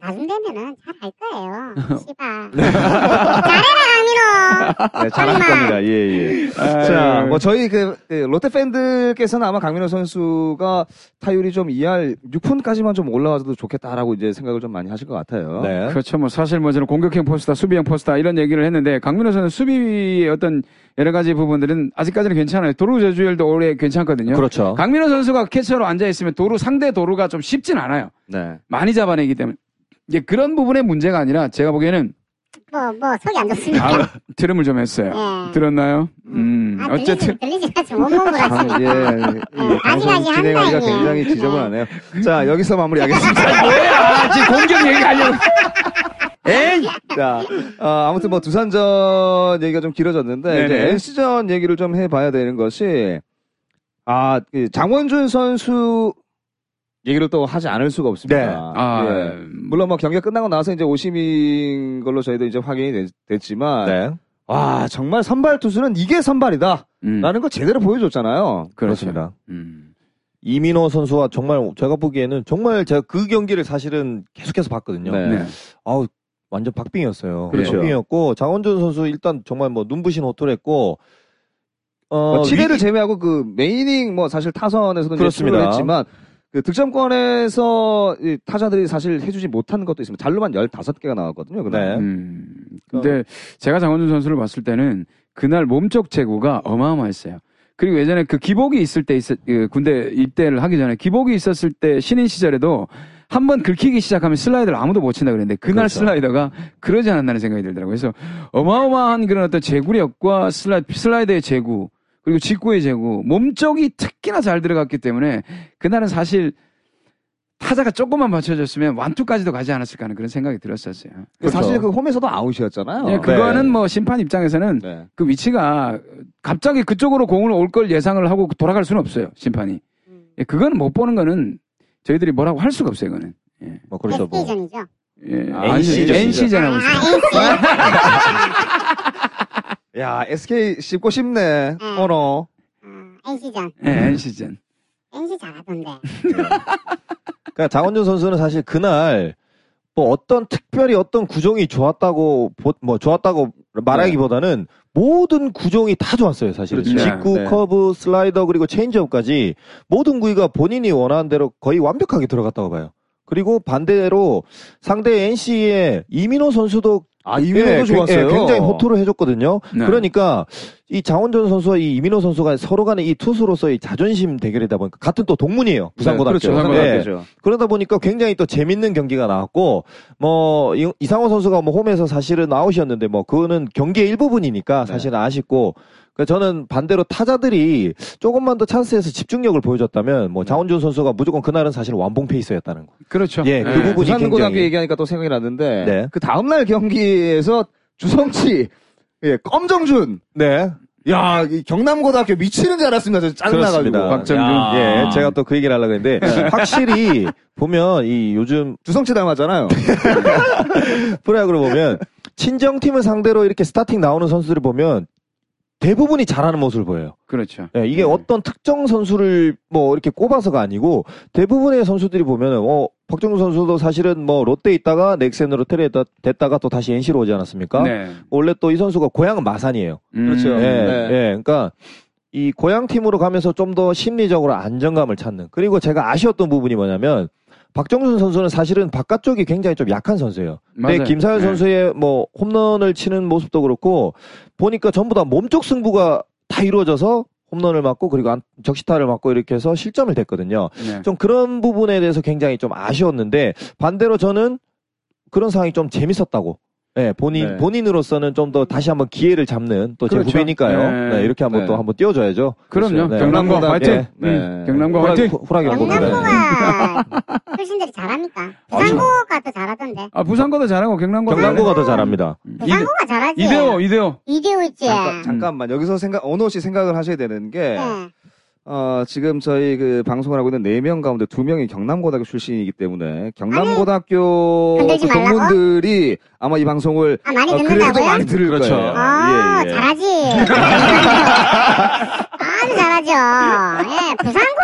C: 나중 되면은 잘 할 거예요. 씨발. 잘해라 강민호.
E: 네, 잘할
C: 정말.
E: 겁니다. 예, 예.
B: 음. 아유.
E: 자, 뭐 저희 그, 그 롯데 팬들께서는 아마 강민호 선수가 타율이 좀 2할 6푼까지만 좀 올라와도 좋겠다라고 이제 생각을 좀 많이 하실 것 같아요.
A: 네.
B: 그렇죠. 뭐 사실 뭐 저는 공격형 포스다, 수비형 포스다 이런 얘기를 했는데 강민호 선수 수비의 어떤 여러 가지 부분들은 아직까지는 괜찮아요. 도루 저주율도 올해 괜찮거든요.
A: 그렇죠.
B: 강민호 선수가 캐처로 앉아 있으면 도루 상대 도루가 좀 쉽진 않아요.
E: 네.
B: 많이 잡아내기 때문에 이제 그런 부분의 문제가 아니라 제가 보기에는
C: 뭐, 뭐, 속이 안 좋습니까?
B: 아, 트름을 좀 했어요.
C: 예.
B: 들었나요? 음,
C: 아,
B: 어쨌든
C: 들리지, 들리지 마지 온몸으로
E: 참,
C: 하시니까.
E: 예, 이
C: 아직까지
E: 방송
C: 한
E: 진행하기가
C: 단이에요.
E: 굉장히 지저분하네요. 자, 여기서 마무리하겠습니다.
B: 음. 아, 지금 공격 얘기하려고. 에이!
E: 자, 어, 아무튼 뭐 두산전 얘기가 좀 길어졌는데 이제
B: 네네.
E: NC전 얘기를 좀 해봐야 되는 것이 아이 장원준 선수 얘기를 또 하지 않을 수가 없습니다.
A: 네.
B: 아,
E: 예. 물론 뭐 경기가 끝나고 나서 이제 오심인 걸로 저희도 이제 확인이 됐- 됐지만
A: 네.
E: 와 정말 선발 투수는 이게 선발이다라는
B: 음,
E: 걸 제대로 보여줬잖아요.
B: 그렇죠.
A: 그렇습니다.
B: 음.
A: 이민호 선수와 정말 제가 보기에는 정말 제가 그 경기를 사실은 계속해서 봤거든요.
E: 네.
B: 네.
A: 아우 완전 박빙이었어요.
E: 그렇죠.
A: 박빙이었고 장원준 선수 일단 정말 뭐 눈부신 호투했고
E: 뭐
A: 어,
E: 치대를
A: 위-
E: 제외하고 그 메이닝 뭐 사실 타선에서도
A: 그렇습니다.
E: 그렇습니다. 했지만 그 득점권에서 이 타자들이 사실 해주지 못하는 것도 있습니다. 잘로만 15개가 나왔거든요. 그날.
A: 네.
B: 음. 근데 제가 장원준 선수를 봤을 때는 그날 몸쪽 재고가 어마어마했어요. 그리고 예전에 그 기복이 있을 때 있었, 그 군대 입대를 하기 전에 기복이 있었을 때 신인 시절에도 한 번 긁히기 시작하면 슬라이더를 아무도 못 친다 그랬는데 그날
A: 그렇죠.
B: 슬라이더가 그러지 않았다는 생각이 들더라고요. 그래서 어마어마한 그런 어떤 제구력과 슬라이, 슬라이더의 제구 그리고 직구의 제구 몸쪽이 특히나 잘 들어갔기 때문에 그날은 사실 타자가 조금만 받쳐줬으면 완투까지도 가지 않았을까 하는 그런 생각이 들었었어요.
A: 그렇죠. 네,
E: 사실 그 홈에서도 아웃이었잖아요.
A: 어,
B: 예, 그거는 뭐 심판 입장에서는
A: 뭐-
E: 네.
B: 그 위치가 갑자기 그쪽으로 공을 올 걸 예상을 하고 돌아갈 수는 없어요. 심판이.
C: 음.
B: 예, 그거는 못 보는 거는 저희들이 뭐라고 할 수가 없어요. 그거는.
A: 뭐 그렇죠. 뭐.
C: SK전이죠.
B: 예,
E: 아,
B: NC
E: NC
B: NC
C: 아,
B: 전하고 있어요.
C: NC.
E: 네. 야, SK 씹고 싶네.
C: 음.
E: 언어.
C: 아, NC전.
B: 예, NC 전.
C: NC 잘하던데.
A: 그러니까 장원준 선수는 사실 그날 뭐 어떤 특별히 어떤 구종이 좋았다고 보- 뭐 좋았다고 말하기보다는 모든 구종이 다 좋았어요 사실
E: 네. 그렇죠.
A: 직구
E: 네.
A: 커브 슬라이더 그리고 체인지업까지 모든 구위가 본인이 원하는 대로 거의 완벽하게 들어갔다고 봐요 그리고 반대로 상대 NC의 이민호 선수도
E: 아, 이민호도
A: 예, 굉-
E: 좋았어요.
A: 예, 굉장히 호투를 해줬거든요
B: 네.
A: 그러니까 이 장원준 선수와 이 이민호 선수가 서로 간의 이 투수로서의 자존심 대결이다 보니까 같은 또 동문이에요 부산고등학교
E: 네, 그렇죠.
A: 예.
E: 부산고등학교죠.
A: 그러다 보니까 굉장히 또 재밌는 경기가 나왔고 뭐 이- 이상호 선수가 뭐 홈에서 사실은 아웃이었는데 뭐 그거는 경기의
E: 네.
A: 일부분이니까 사실은 아쉽고 그 저는 반대로 타자들이 조금만 더 찬스에서 집중력을 보여줬다면 뭐 장원준 선수가 무조건 그날은 사실 완봉 페이스였다는 거.
B: 그렇죠.
A: 예, 그
B: 예.
A: 부분. 부분이
E: 부산고등학교
A: 굉장히-
E: 얘기하니까 또 생각이 났는데
A: 네.
E: 그 다음 날 경기에서 주성치 예, 검정준
A: 네.
E: 야, 이 경남고등학교 미치는 줄 알았습니다. 저 짜증나가지고.
A: 그렇습니다.
B: 박정준.
E: 야.
A: 예, 제가 또 그 얘기를 하려고 했는데 확실히 보면 이 요즘
E: 주성치 닮았잖아요.
A: 네. 프로야구를 보면 친정팀을 상대로 이렇게 스타팅 나오는 선수들을 보면 대부분이 잘하는 모습을 보여요.
B: 그렇죠.
A: 예, 이게 어떤 특정 선수를 뭐 이렇게 꼽아서가 아니고 대부분의 선수들이 보면은 어 박정우 선수도 사실은 뭐 롯데 있다가 넥센으로 테레다 됐다가 또 다시 NC로 오지 않았습니까?
B: 네.
A: 원래 또 이 선수가 고향은 마산이에요.
B: 음,
E: 그렇죠.
A: 예,
E: 네.
A: 예, 그러니까 이 고향 팀으로 가면서 좀 더 심리적으로 안정감을 찾는. 그리고 제가 아쉬웠던 부분이 뭐냐면 박정순 선수는 사실은 바깥쪽이 굉장히 좀 약한 선수예요. 근데
B: 맞아요.
A: 김사현
E: 네.
B: 예.
A: 선수의 뭐 홈런을 치는 모습도 그렇고 보니까 전부 다 몸쪽 승부가 다 이루어져서 홈런을 맞고 그리고 안- 적시타를 맞고 이렇게 해서 실점을 댔거든요.
B: 네.
A: 좀 그런 부분에 대해서 굉장히 좀 아쉬웠는데 반대로 저는 그런 상황이 좀 재밌었다고. 예, 본인
E: 네.
A: 본인으로서는 좀 더 다시 한번 기회를 잡는 또 제
B: 그렇죠.
A: 후배니까요.
B: 네.
A: 네, 이렇게 한번
E: 네.
A: 또 한번 띄워줘야죠.
B: 그럼요.
A: 네.
B: 경남과
E: 경남고등학교.
B: 화이팅.
A: 예.
E: 네.
B: 음, 경남과
A: 호랑이
B: 화이팅.
A: 호랑이라고 네. 부르잖아요.
C: 경남고가 출신들이 잘합니까? 부산고가 더 잘하던데.
B: 아, 부산고도 잘하고 경남고도
A: 경남고가 더 잘합니다.
B: 잘해.
C: 부산고가 잘하지.
B: 이대- 이대호, 이대호.
C: 이대호 있지.
E: 잠깐, 잠깐만 여기서 생각 언호 씨 생각을 하셔야 되는 게
C: 예.
E: 어, 지금 저희 그 방송을 하고 있는 네 명 가운데 두 명이 경남고등학교 출신이기 때문에 경남고등학교
C: 아니, 건들지
E: 그 동문들이 아마 이 방송을
C: 아, 많이
E: 어, 그래도 좀
C: 듣는다고요?
E: 많이 들을
A: 그렇죠.
E: 거예요.
C: 아,
E: 예, 예.
C: 잘하지. 아주 잘하죠. 예, 부산고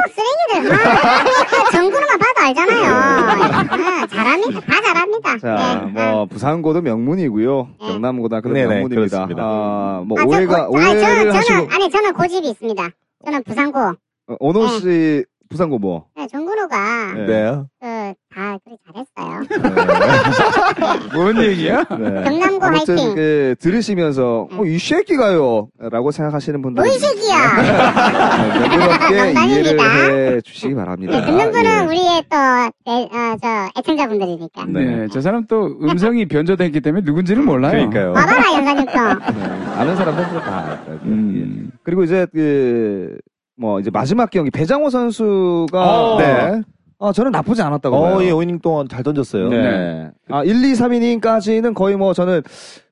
C: 쓰레기들. 아, 정구로만 봐도 알잖아요. 예, 잘합니다. 다 잘합니다.
E: 자,
C: 예,
E: 뭐 부산고도 명문이고요.
C: 네.
E: 경남고등학교도
A: 네네,
E: 명문입니다.
A: 그렇습니다.
E: 아, 뭐
C: 아, 저
E: 오해가
C: 고- 아니,
E: 오해를
C: 저는, 아,
E: 하시고
C: 저는, 아니, 저는 고집이 있습니다. 저는 부산고.
E: 어, 언호
C: 네.
E: 씨 부산고 뭐?
C: 예, 정근호가,
E: 네.
A: 네.
C: 그, 다, 그리 잘했어요.
B: 뭔 얘기야?
E: 네.
C: 경남고
E: 아무튼
C: 화이팅.
E: 그 들으시면서 어, 이 새끼가요라고 생각하시는 분들
C: 뭐이
E: 네.
C: 새끼야.
E: 부드럽게
C: 농담입니다.
E: 이해를 해 주시기 바랍니다.
C: 네, 듣는
E: 예.
C: 분은 우리의 또, 애, 어, 저, 애청자분들이니까.
E: 네.
B: 네. 저 사람 또 음성이 변조됐기 때문에 누군지는 몰라요.
A: 그러니까요.
C: 와봐라, 연사님 또.
E: 네, 아는 사람들도 다 알아요. 예.
B: 음.
E: 그리고 이제 그 뭐 이제 마지막 경기 배장호 선수가
A: 어, 네.
E: 아, 저는 나쁘지 않았다고
A: 어,
E: 봐요.
A: 예, 5이닝 동안 잘 던졌어요.
E: 네. 아, 1, 2, 3이닝까지는 거의 뭐 저는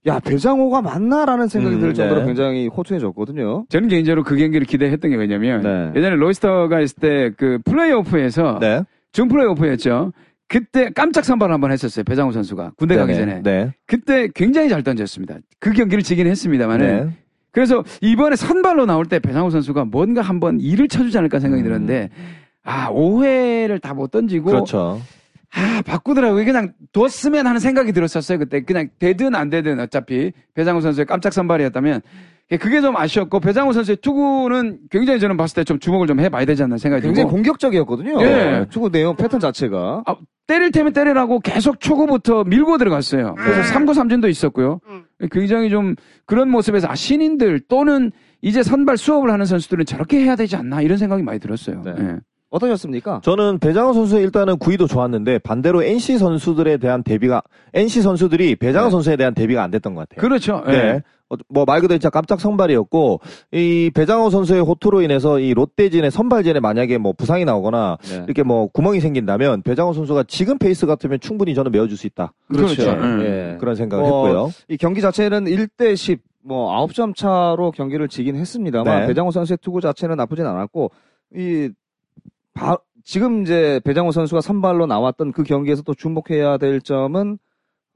E: 야, 배장호가 맞나라는 생각이
A: 음,
E: 들 정도로
A: 네.
E: 굉장히 호투해졌거든요.
B: 저는 개인적으로 그 경기를 기대했던 게 왜냐면
E: 네.
B: 예전에 로이스터가 있을 때 그 플레이오프에서
A: 네.
B: 준 플레이오프였죠. 그때 깜짝 선발 한번 했었어요. 배장호 선수가 군대 가기
A: 네네.
B: 전에
A: 네.
B: 그때 굉장히 잘 던졌습니다. 그 경기를 지긴 했습니다만은
A: 네.
B: 그래서 이번에 선발로 나올 때 배상호 선수가 뭔가 한번 일을 쳐주지 않을까 생각이
A: 음.
B: 들었는데 아, 5회를 다 못 던지고
A: 그렇죠.
B: 아, 바꾸더라고요. 그냥 뒀으면 하는 생각이 들었었어요. 그때 그냥 되든 안 되든 어차피 배장훈 선수의 깜짝 선발이었다면 예, 그게 좀 아쉬웠고 배장훈 선수의 투구는 굉장히 저는 봤을 때 좀 주목을 좀 해봐야 되지 않나 생각이
E: 굉장히
B: 들고
E: 공격적이었거든요.
B: 예.
E: 축구 내용 패턴 자체가.
B: 아, 때릴 테면 때리라고 계속 초구부터 밀고 들어갔어요. 그래서
C: 음.
B: 3구 삼진도 있었고요.
C: 음.
B: 굉장히 좀 그런 모습에서 아, 신인들 또는 이제 선발 수업을 하는 선수들은 저렇게 해야 되지 않나 이런 생각이 많이 들었어요.
E: 네.
B: 예.
E: 어떠셨습니까?
A: 저는 배장훈 선수의 일단은 구위도 좋았는데 반대로 NC 선수들에 대한 대비가 NC 선수들이 배장훈
E: 네.
A: 선수에 대한 대비가 안 됐던 것 같아요.
B: 그렇죠. 예.
A: 네.
E: 어,
A: 뭐 말 그대로 진짜 깜짝 선발이었고 이 배장호 선수의 호투로 인해서 이 롯데진의 선발진에 만약에 뭐 부상이 나오거나
E: 네.
A: 이렇게 뭐 구멍이 생긴다면 배장호 선수가 지금 페이스 같으면 충분히 저는 메워줄 수 있다
B: 그렇죠. 예.
E: 예.
A: 그런 생각을
E: 어,
A: 했고요.
E: 이 경기 자체는 1대 10, 뭐 9점 차로 경기를 지긴 했습니다만
A: 네.
E: 배장호 선수의 투구 자체는 나쁘진 않았고 이 바- 지금 이제 배장호 선수가 선발로 나왔던 그 경기에서 또 주목해야 될 점은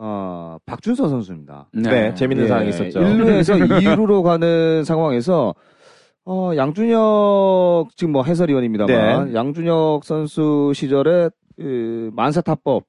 E: 어, 박준서 선수입니다.
B: 음.
A: 네,
B: 예.
A: 재밌는 사항이 있었죠.
E: 1루에서 2루로 예, 가는 상황에서 어, 양준혁 지금 뭐 해설위원입니다만
A: 네.
E: 양준혁 선수 시절에 그 만세 타법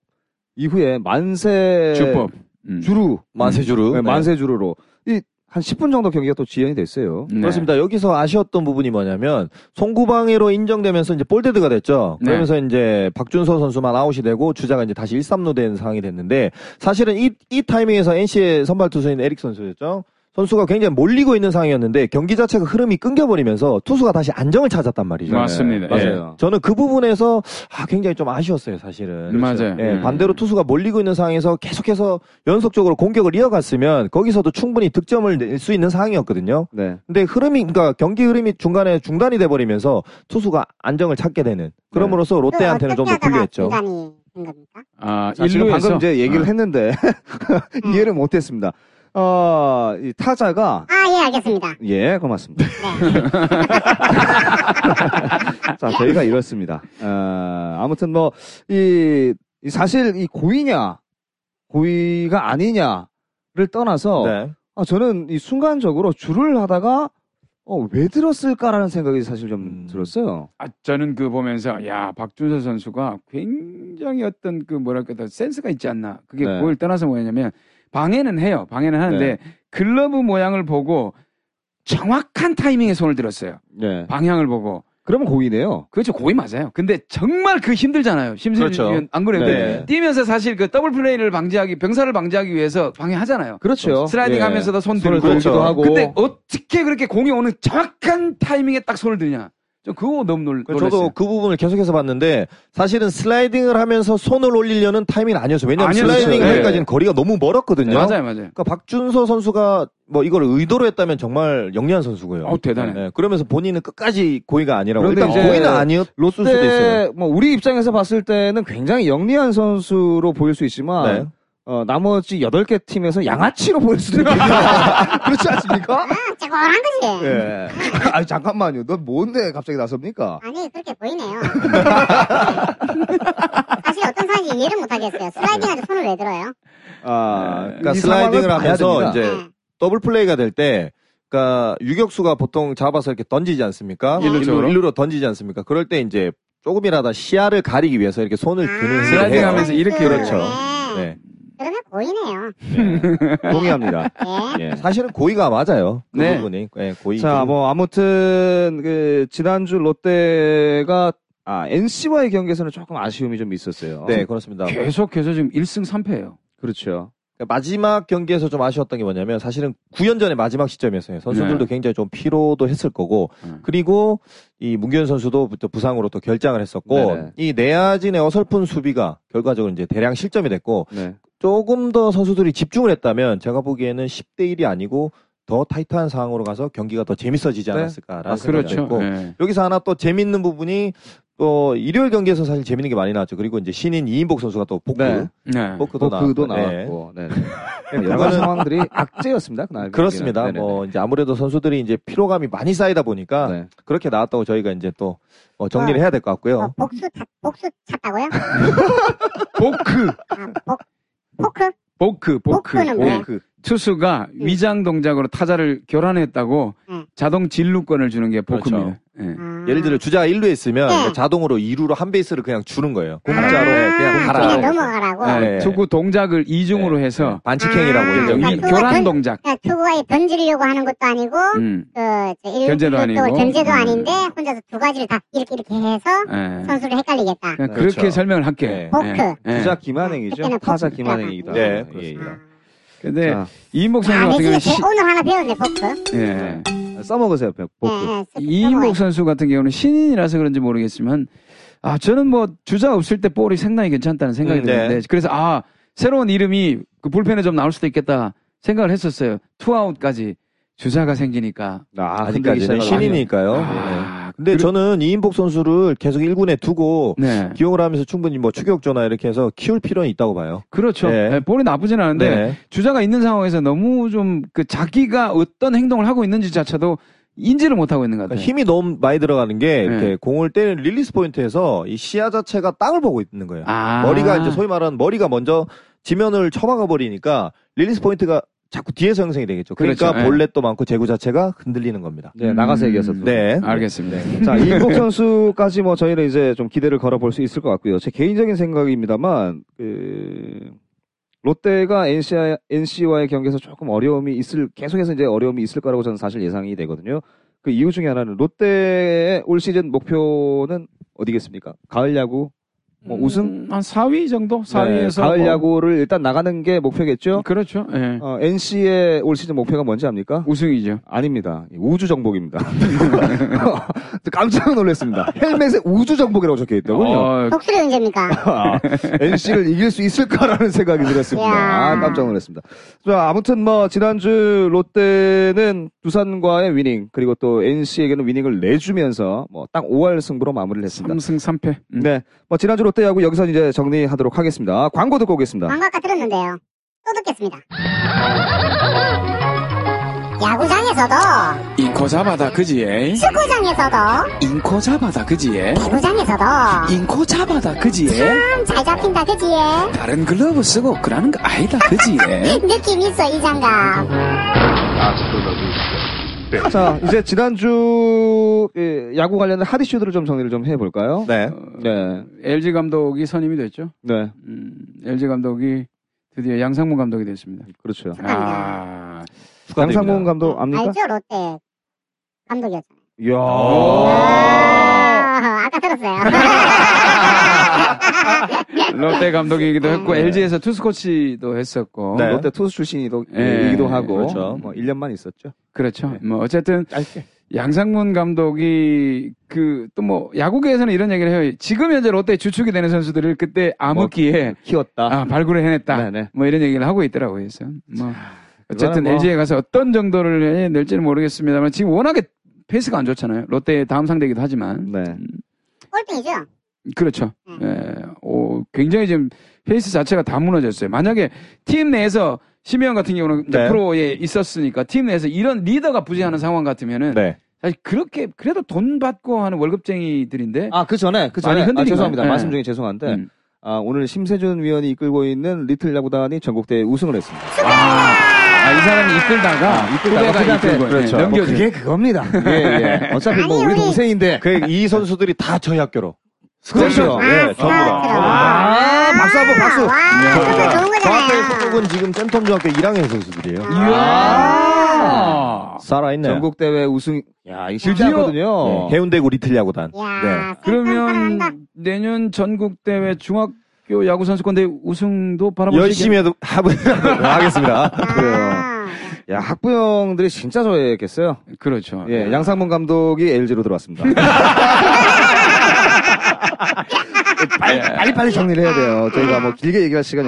E: 이후에 만세
B: 주법. 음.
E: 주루
A: 만세주루
E: 네, 만세 주루로 이 한 10분 정도 경기가 또 지연이 됐어요.
B: 네.
A: 그렇습니다. 여기서 아쉬웠던 부분이 뭐냐면 송구방해로 인정되면서 이제 볼데드가 됐죠.
B: 네.
A: 그러면서 이제 박준서 선수만 아웃이 되고 주자가 이제 다시 1-3루 된 상황이 됐는데 사실은 이, 이 타이밍에서 NC의 선발 투수인 에릭 선수였죠. 선수가 굉장히 몰리고 있는 상황이었는데 경기 자체가 흐름이 끊겨버리면서 투수가 다시 안정을 찾았단 말이죠.
B: 맞습니다.
E: 맞아요.
B: 예.
A: 저는 그 부분에서 아, 굉장히 좀 아쉬웠어요, 사실은.
B: 맞아요.
A: 예,
B: 음.
A: 반대로 투수가 몰리고 있는 상황에서 계속해서 연속적으로 공격을 이어갔으면 거기서도 충분히 득점을 낼 수 있는 상황이었거든요.
E: 네.
A: 근데 흐름이 그러니까 경기 흐름이 중간에 중단이 돼 버리면서 투수가 안정을 찾게 되는 그럼으로써
C: 네,
A: 롯데한테는 좀 더 불리했죠.
C: 중간이 된 겁니까?
B: 아,
E: 자, 지금 방금
B: 일루에서? 아,
E: 이제 얘기를 했는데 이해를 못 했습니다. 어, 이 타자가
C: 아, 예, 알겠습니다. 네.
E: 예, 고맙습니다. 자, 저희가 이렇습니다. 어, 아무튼 뭐, 이, 이 사실 이 고의냐, 고의가 아니냐를 떠나서,
A: 네.
E: 아, 저는 이 순간적으로 줄을 하다가, 어, 왜 들었을까라는 생각이 사실 좀
A: 음.
E: 들었어요.
B: 아, 저는 그 보면서 야 박준서 선수가 굉장히 어떤 그 뭐랄까 더 센스가 있지 않나 그게
E: 네.
B: 그걸 떠나서 뭐냐면 방해는 해요 방해는 하는데 글러브 모양을 보고 정확한 타이밍에 손을 들었어요
E: 네.
B: 방향을 보고
E: 그러면 고의네요.
B: 그렇죠 고의 맞아요 근데 정말 그 힘들잖아요 심술위원
A: 그렇죠.
B: 안 그래요 근데
E: 네.
B: 뛰면서 사실 그 더블 플레이를 방지하기 병사를 방지하기 위해서 방해하잖아요
E: 그렇죠.
B: 슬라이딩
E: 예.
B: 하면서도 손
E: 손을
B: 들고
E: 들기도
A: 그렇죠.
E: 하고.
B: 근데 어떻게 그렇게 공이 오는 정확한 타이밍에 딱 손을 드냐 저 그거 너무 놀,
A: 그
B: 놀랐어요
A: 저도 그 부분을 계속해서 봤는데 사실은 슬라이딩을 하면서 손을 올리려는 타이밍은 아니었어요. 왜냐하면
B: 아니었어요.
A: 슬라이딩
B: 네.
A: 하기까지는 거리가 너무 멀었거든요.
B: 맞아요 맞아요
A: 그러니까 박준서 선수가 뭐 이걸 의도로 했다면 정말 영리한 선수고요.
B: 어, 대단해.
A: 네, 그러면서 본인은 끝까지 고의가 아니라고.
E: 그런데
A: 일단
E: 이제
A: 고의는 아니었을 수도 있어요.
E: 롯데 뭐 우리 입장에서 봤을 때는 굉장히 영리한 선수로 보일 수 있지만
A: 네.
E: 어, 나머지 8개 팀에서 양아치로 보일 수도 있거든요. 그렇지 않습니까?
C: 아, 쩌고란 거지.
E: 예. 아 잠깐만요. 넌 뭔데 갑자기 나섭니까?
C: 아니, 그렇게 보이네요. 사실 어떤 사람인지 이해를 못하겠어요. 슬라이딩한테 손을 왜 들어요?
E: 아,
A: 그러니까
E: 이
A: 슬라이딩을
E: 상황을 봐야
A: 하면서
E: 됩니다.
A: 이제
C: 네.
A: 더블 플레이가 될 때, 그러니까 유격수가 보통 잡아서 이렇게 던지지 않습니까?
B: 어, 일루 쪽으로?
A: 일루로 던지지 않습니까? 그럴 때 이제 조금이라도 시야를 가리기 위해서 이렇게 손을 드는
B: 음, 슬라이딩
A: 해요.
B: 하면서 이렇게
A: 그 그렇죠.
C: 아, 네.
A: 네.
C: 그러면 보이네요.
E: 동의합니다.
C: 네.
E: 예.
A: 사실은 고의가 맞아요. 그
B: 네.
A: 부분이 네, 고의.
E: 자, 뭐 아무튼 그 지난주 롯데가 아, NC와의 경기에서는 조금 아쉬움이 좀 있었어요.
A: 네 그렇습니다.
B: 계속해서 지금 1승 3패예요.
E: 그렇죠.
A: 그러니까 마지막 경기에서 좀 아쉬웠던 게 뭐냐면 사실은 9연전의 마지막 시점이었어요. 선수들도 굉장히 좀 피로도 했을 거고
B: 네. 음.
A: 그리고 이 문규현 선수도 또 부상으로 또 결장을 했었고
E: 네네.
A: 이 내야진의 어설픈 수비가 결과적으로 이제 대량 실점이 됐고
E: 네.
A: 조금 더 선수들이 집중을 했다면 제가 보기에는 10대 1이 아니고 더 타이트한 상황으로 가서 경기가 더 재밌어지지
E: 네.
A: 않았을까라는
E: 아,
A: 생각이
B: 그렇죠.
A: 들고
B: 예.
A: 여기서 하나 또 재밌는 부분이 또 일요일 경기에서 사실 재밌는 게 많이 나왔죠. 그리고 이제 신인 이인복 선수가 또 복구
E: 네.
B: 네.
A: 복구도,
E: 그도
A: 나왔고. 네.
E: 나왔고. 네. 네. 여러 가지
A: 그거는
E: 상황들이 악재였습니다. 그날
A: 그렇습니다.
E: 경기는. 네네네.
A: 뭐 아, 이제 아무래도 선수들이 이제 피로감이 많이 쌓이다 보니까
E: 네.
A: 그렇게 나왔다고 저희가 이제 또 어, 정리를 해야 될 것
C: 어,
A: 같고요.
C: 복수, 타- 복수 찼다고요?
B: 보크,
C: 아, 복, 포크?
B: 보크, 보크.
A: 네.
E: 네.
A: 그
C: 복수는 뭐야? 예.
B: 예. 투수가 위장 동작으로 타자를 교란했다고
C: 응.
B: 자동 진루권을 주는 게 보크입니다. 예.
C: 아.
A: 예를 들어 주자 1루에 있으면
C: 네.
A: 이제 자동으로 2루로 한 베이스를 그냥 주는 거예요. 공짜로
C: 아,
A: 그냥 가라.
C: 그냥 넘어가라고.
B: 아,
A: 네.
B: 축구 동작을 이중으로 해서
A: 음. 반칙행위라고
C: 아,
A: 인정이.
C: 그러니까
B: 교란
C: 던-
B: 동작.
C: 그러니까 투구가 던지려고 하는 것도 아니고
B: 음.
C: 그 이제 일-
B: 견제도
C: 또
B: 아니고.
C: 견제도
B: 음.
C: 아닌데 혼자서 두 가지를 다 이렇게 이렇게 해서
B: 예.
C: 선수를 헷갈리겠다.
B: 그냥
E: 그렇죠.
B: 그렇게 설명을 할게요.
A: 네.
C: 보크.
B: 예. 예.
E: 주자 기만행이죠.
C: 그때는
E: 타자
C: 포스트다.
E: 기만행이기도
A: 네,
E: 하고. 예, 그렇습니다.
B: 근데
E: 자,
B: 이인복 선수
C: 아, 내
B: 같은 경우는
C: 지금
B: 시,
C: 오늘 하나 배웠네 보크.
B: 예.
E: 네. 써먹으세요, 백- 복구.
A: 음.
C: 예, 예,
B: 이인복 선수 같은 경우는 신인이라서 그런지 모르겠지만 아 저는 뭐 주자 없을 때 볼이 상당히 괜찮다는 생각이
A: 음, 네.
B: 드는데 그래서 아 새로운 이름이 그 불펜에 좀 나올 수도 있겠다 생각을 했었어요. 투아웃까지 주자가 생기니까.
E: 아,
A: 아직까지는
E: 흔들기 시작을
A: 네, 신인이니까요. 네.
B: 아,
A: 근데
B: 그리고-
A: 저는 이인복 선수를 계속 1군에 두고
B: 네
A: 기용을 하면서 충분히 뭐 추격조나 이렇게 해서 키울 필요는 있다고 봐요.
B: 그렇죠.
A: 네.
B: 네, 볼이 나쁘진 않은데
A: 네.
B: 주자가 있는 상황에서 너무 좀 그 자기가 어떤 행동을 하고 있는지 자체도 인지를 못 하고 있는 것 같아요.
A: 힘이 너무 많이 들어가는 게 이렇게
B: 네.
A: 공을 때리는 릴리스 포인트에서 이 시야 자체가 땅을 보고 있는 거예요.
B: 아.
A: 머리가 이제 소위 말하는 머리가 먼저 지면을 쳐박아 버리니까 릴리스 포인트가 자꾸 뒤에서 형성이 되겠죠. 그러니까
B: 그렇죠. 예.
A: 볼넷도 많고 제구 자체가 흔들리는 겁니다.
E: 네, 나가서 얘기해서. 또.
A: 네.
B: 아. 알겠습니다.
E: 자, 이인복 선수까지 뭐 저희는 이제 좀 기대를 걸어볼 수 있을 것 같고요. 제 개인적인 생각입니다만, 그, 롯데가 NC와, NC와의 경기에서 조금 어려움이 있을, 계속해서 이제 어려움이 있을 거라고 저는 사실 예상이 되거든요. 그 이유 중에 하나는 롯데의 올 시즌 목표는 어디겠습니까? 가을 야구? 뭐 우승?
B: 음, 한 4위 정도? 4위에서 뭐
E: 네, 가을 야구를 일단 나가는 게 목표겠죠? 어,
B: 그렇죠. 예.
E: NC의 올 시즌 목표가 뭔지 압니까?
B: 우승이죠.
E: 아닙니다. 우주 정복입니다. 깜짝 놀랐습니다. 헬멧에 우주 정복이라고 적혀 있더군요.
B: 어,
C: 복수의 문제입니까?
E: NC를 이길 수 있을까라는 생각이 들었습니다.
C: 야.
E: 아, 깜짝 놀랐습니다. 자, 아무튼 뭐 지난주 롯데는 두산과의 위닝 그리고 또 NC에게는 위닝을 내주면서 뭐 딱 5할 승부로 마무리를 했습니다.
B: 3승 3패. 음.
E: 네, 뭐 지난주 롯데 야구 여기서 이제 정리하도록 하겠습니다. 광고 듣고 오겠습니다.
C: 광고 아까 들었는데요. 또 듣겠습니다. 야구장에서도
B: 인코 잡아다 그지에.
C: 축구장에서도
B: 인코 잡아다 그지에.
C: 배구장에서도
B: 인코 잡아다 그지에.
C: 참 잘 잡힌다 그지에
B: 다른 글러브 쓰고 그러는 거 아니다 그지에.
C: 느낌 있어 이 장갑
B: 아.
E: 자, 이제 지난주 예, 야구 관련된 핫 이슈들을 좀 정리를 좀 해볼까요?
A: 네.
E: 네,
B: LG 감독이 선임이 됐죠.
E: 네,
B: 음, LG 감독이 드디어 양상문 감독이 됐습니다.
E: 그렇죠.
B: 아,
A: 축하드립니다.
E: 양상문 감독 압니까?
C: 알죠 롯데 감독이었잖아요
E: 이야.
C: 아, 아까 들었어요
B: 롯데 감독이기도 했고
E: 네.
B: LG에서 투수 코치도 했었고.
A: 네.
E: 롯데 투수 출신이기도
B: 예,
E: 이기도 하고
A: 그렇죠.
E: 뭐 1년만 있었죠.
B: 그렇죠.
E: 네.
B: 뭐 어쨌든
E: 짧게.
B: 양상문 감독이 그 또 뭐 야구계에서는 이런 얘기를 해요. 지금 현재 롯데 주축이 되는 선수들을 그때 암흑기에
E: 키웠다.
B: 아, 발굴을 해냈다.
E: 네네.
B: 뭐 이런 얘기를 하고 있더라고요. 그래서 뭐 어쨌든
E: 뭐-
B: LG에 가서 어떤 정도를 해 낼지는 모르겠습니다만 지금 워낙에 페이스가 안 좋잖아요. 롯데의 다음 상대이기도 하지만
E: 네.
C: 꼴등이죠 네.
B: 그렇죠. 예, 오, 굉장히 지금 페이스 자체가 다 무너졌어요. 만약에 팀 내에서 심혜원 같은 경우는 이제
A: 네.
B: 프로에 있었으니까 팀 내에서 이런 리더가 부재하는 상황 같으면은
A: 네.
B: 사실 그렇게 그래도 돈 받고 하는 월급쟁이들인데
E: 아, 그 전에 그
B: 많이
E: 전에 아,
B: 흔들린
E: 죄송합니다.
B: 거예요.
E: 말씀
B: 예.
E: 중에 죄송한데
B: 음.
E: 아, 오늘 심세준 위원이 이끌고 있는 리틀 야구단이 전국대회 우승을 했습니다.
B: 아, 이 사람이 이끌다가 후배가
E: 후배한테
B: 이끌고
E: 그렇죠.
B: 예,
E: 뭐
B: 넘겨줘요.
E: 그게 그겁니다. 예, 예. 어차피 뭐
C: 아니,
E: 우리
C: 우리-
E: 동생인데.
A: 그 이 선수들이 다 저희 학교로.
E: 그렇죠.
A: 네,
C: 아,
A: 전부 다.
C: 스타트로.
E: 아, 박수 한번 박수.
C: 와 정말 아, 좋은
A: 저 학교의
C: 거잖아요
A: 소속은 그러니까 지금 센텀 중학교 1학년 선수들이에요.
B: 아. 이야.
A: 살아있네요.
E: 전국 대회 우승 야, 이거 쉽지
B: 드디어-
E: 않거든요.
A: 네, 해운대구 리틀 야구단.
E: 네.
C: 어, 이야
B: 그러면
C: 다
B: 내년 전국 대회 중학교 야구 선수권 대회 우승도 바라보시겠
A: 열심히 해도 하고 하겠습니다.
E: 아, 그래요. 야, 학부형들이 진짜 좋아했겠어요.
B: 그렇죠.
E: 예, 양상문 감독이 LG로 들어왔습니다. 빨리, 빨리 빨리 정리를 해야 돼요. 저희가 뭐 길게 얘기할 시간이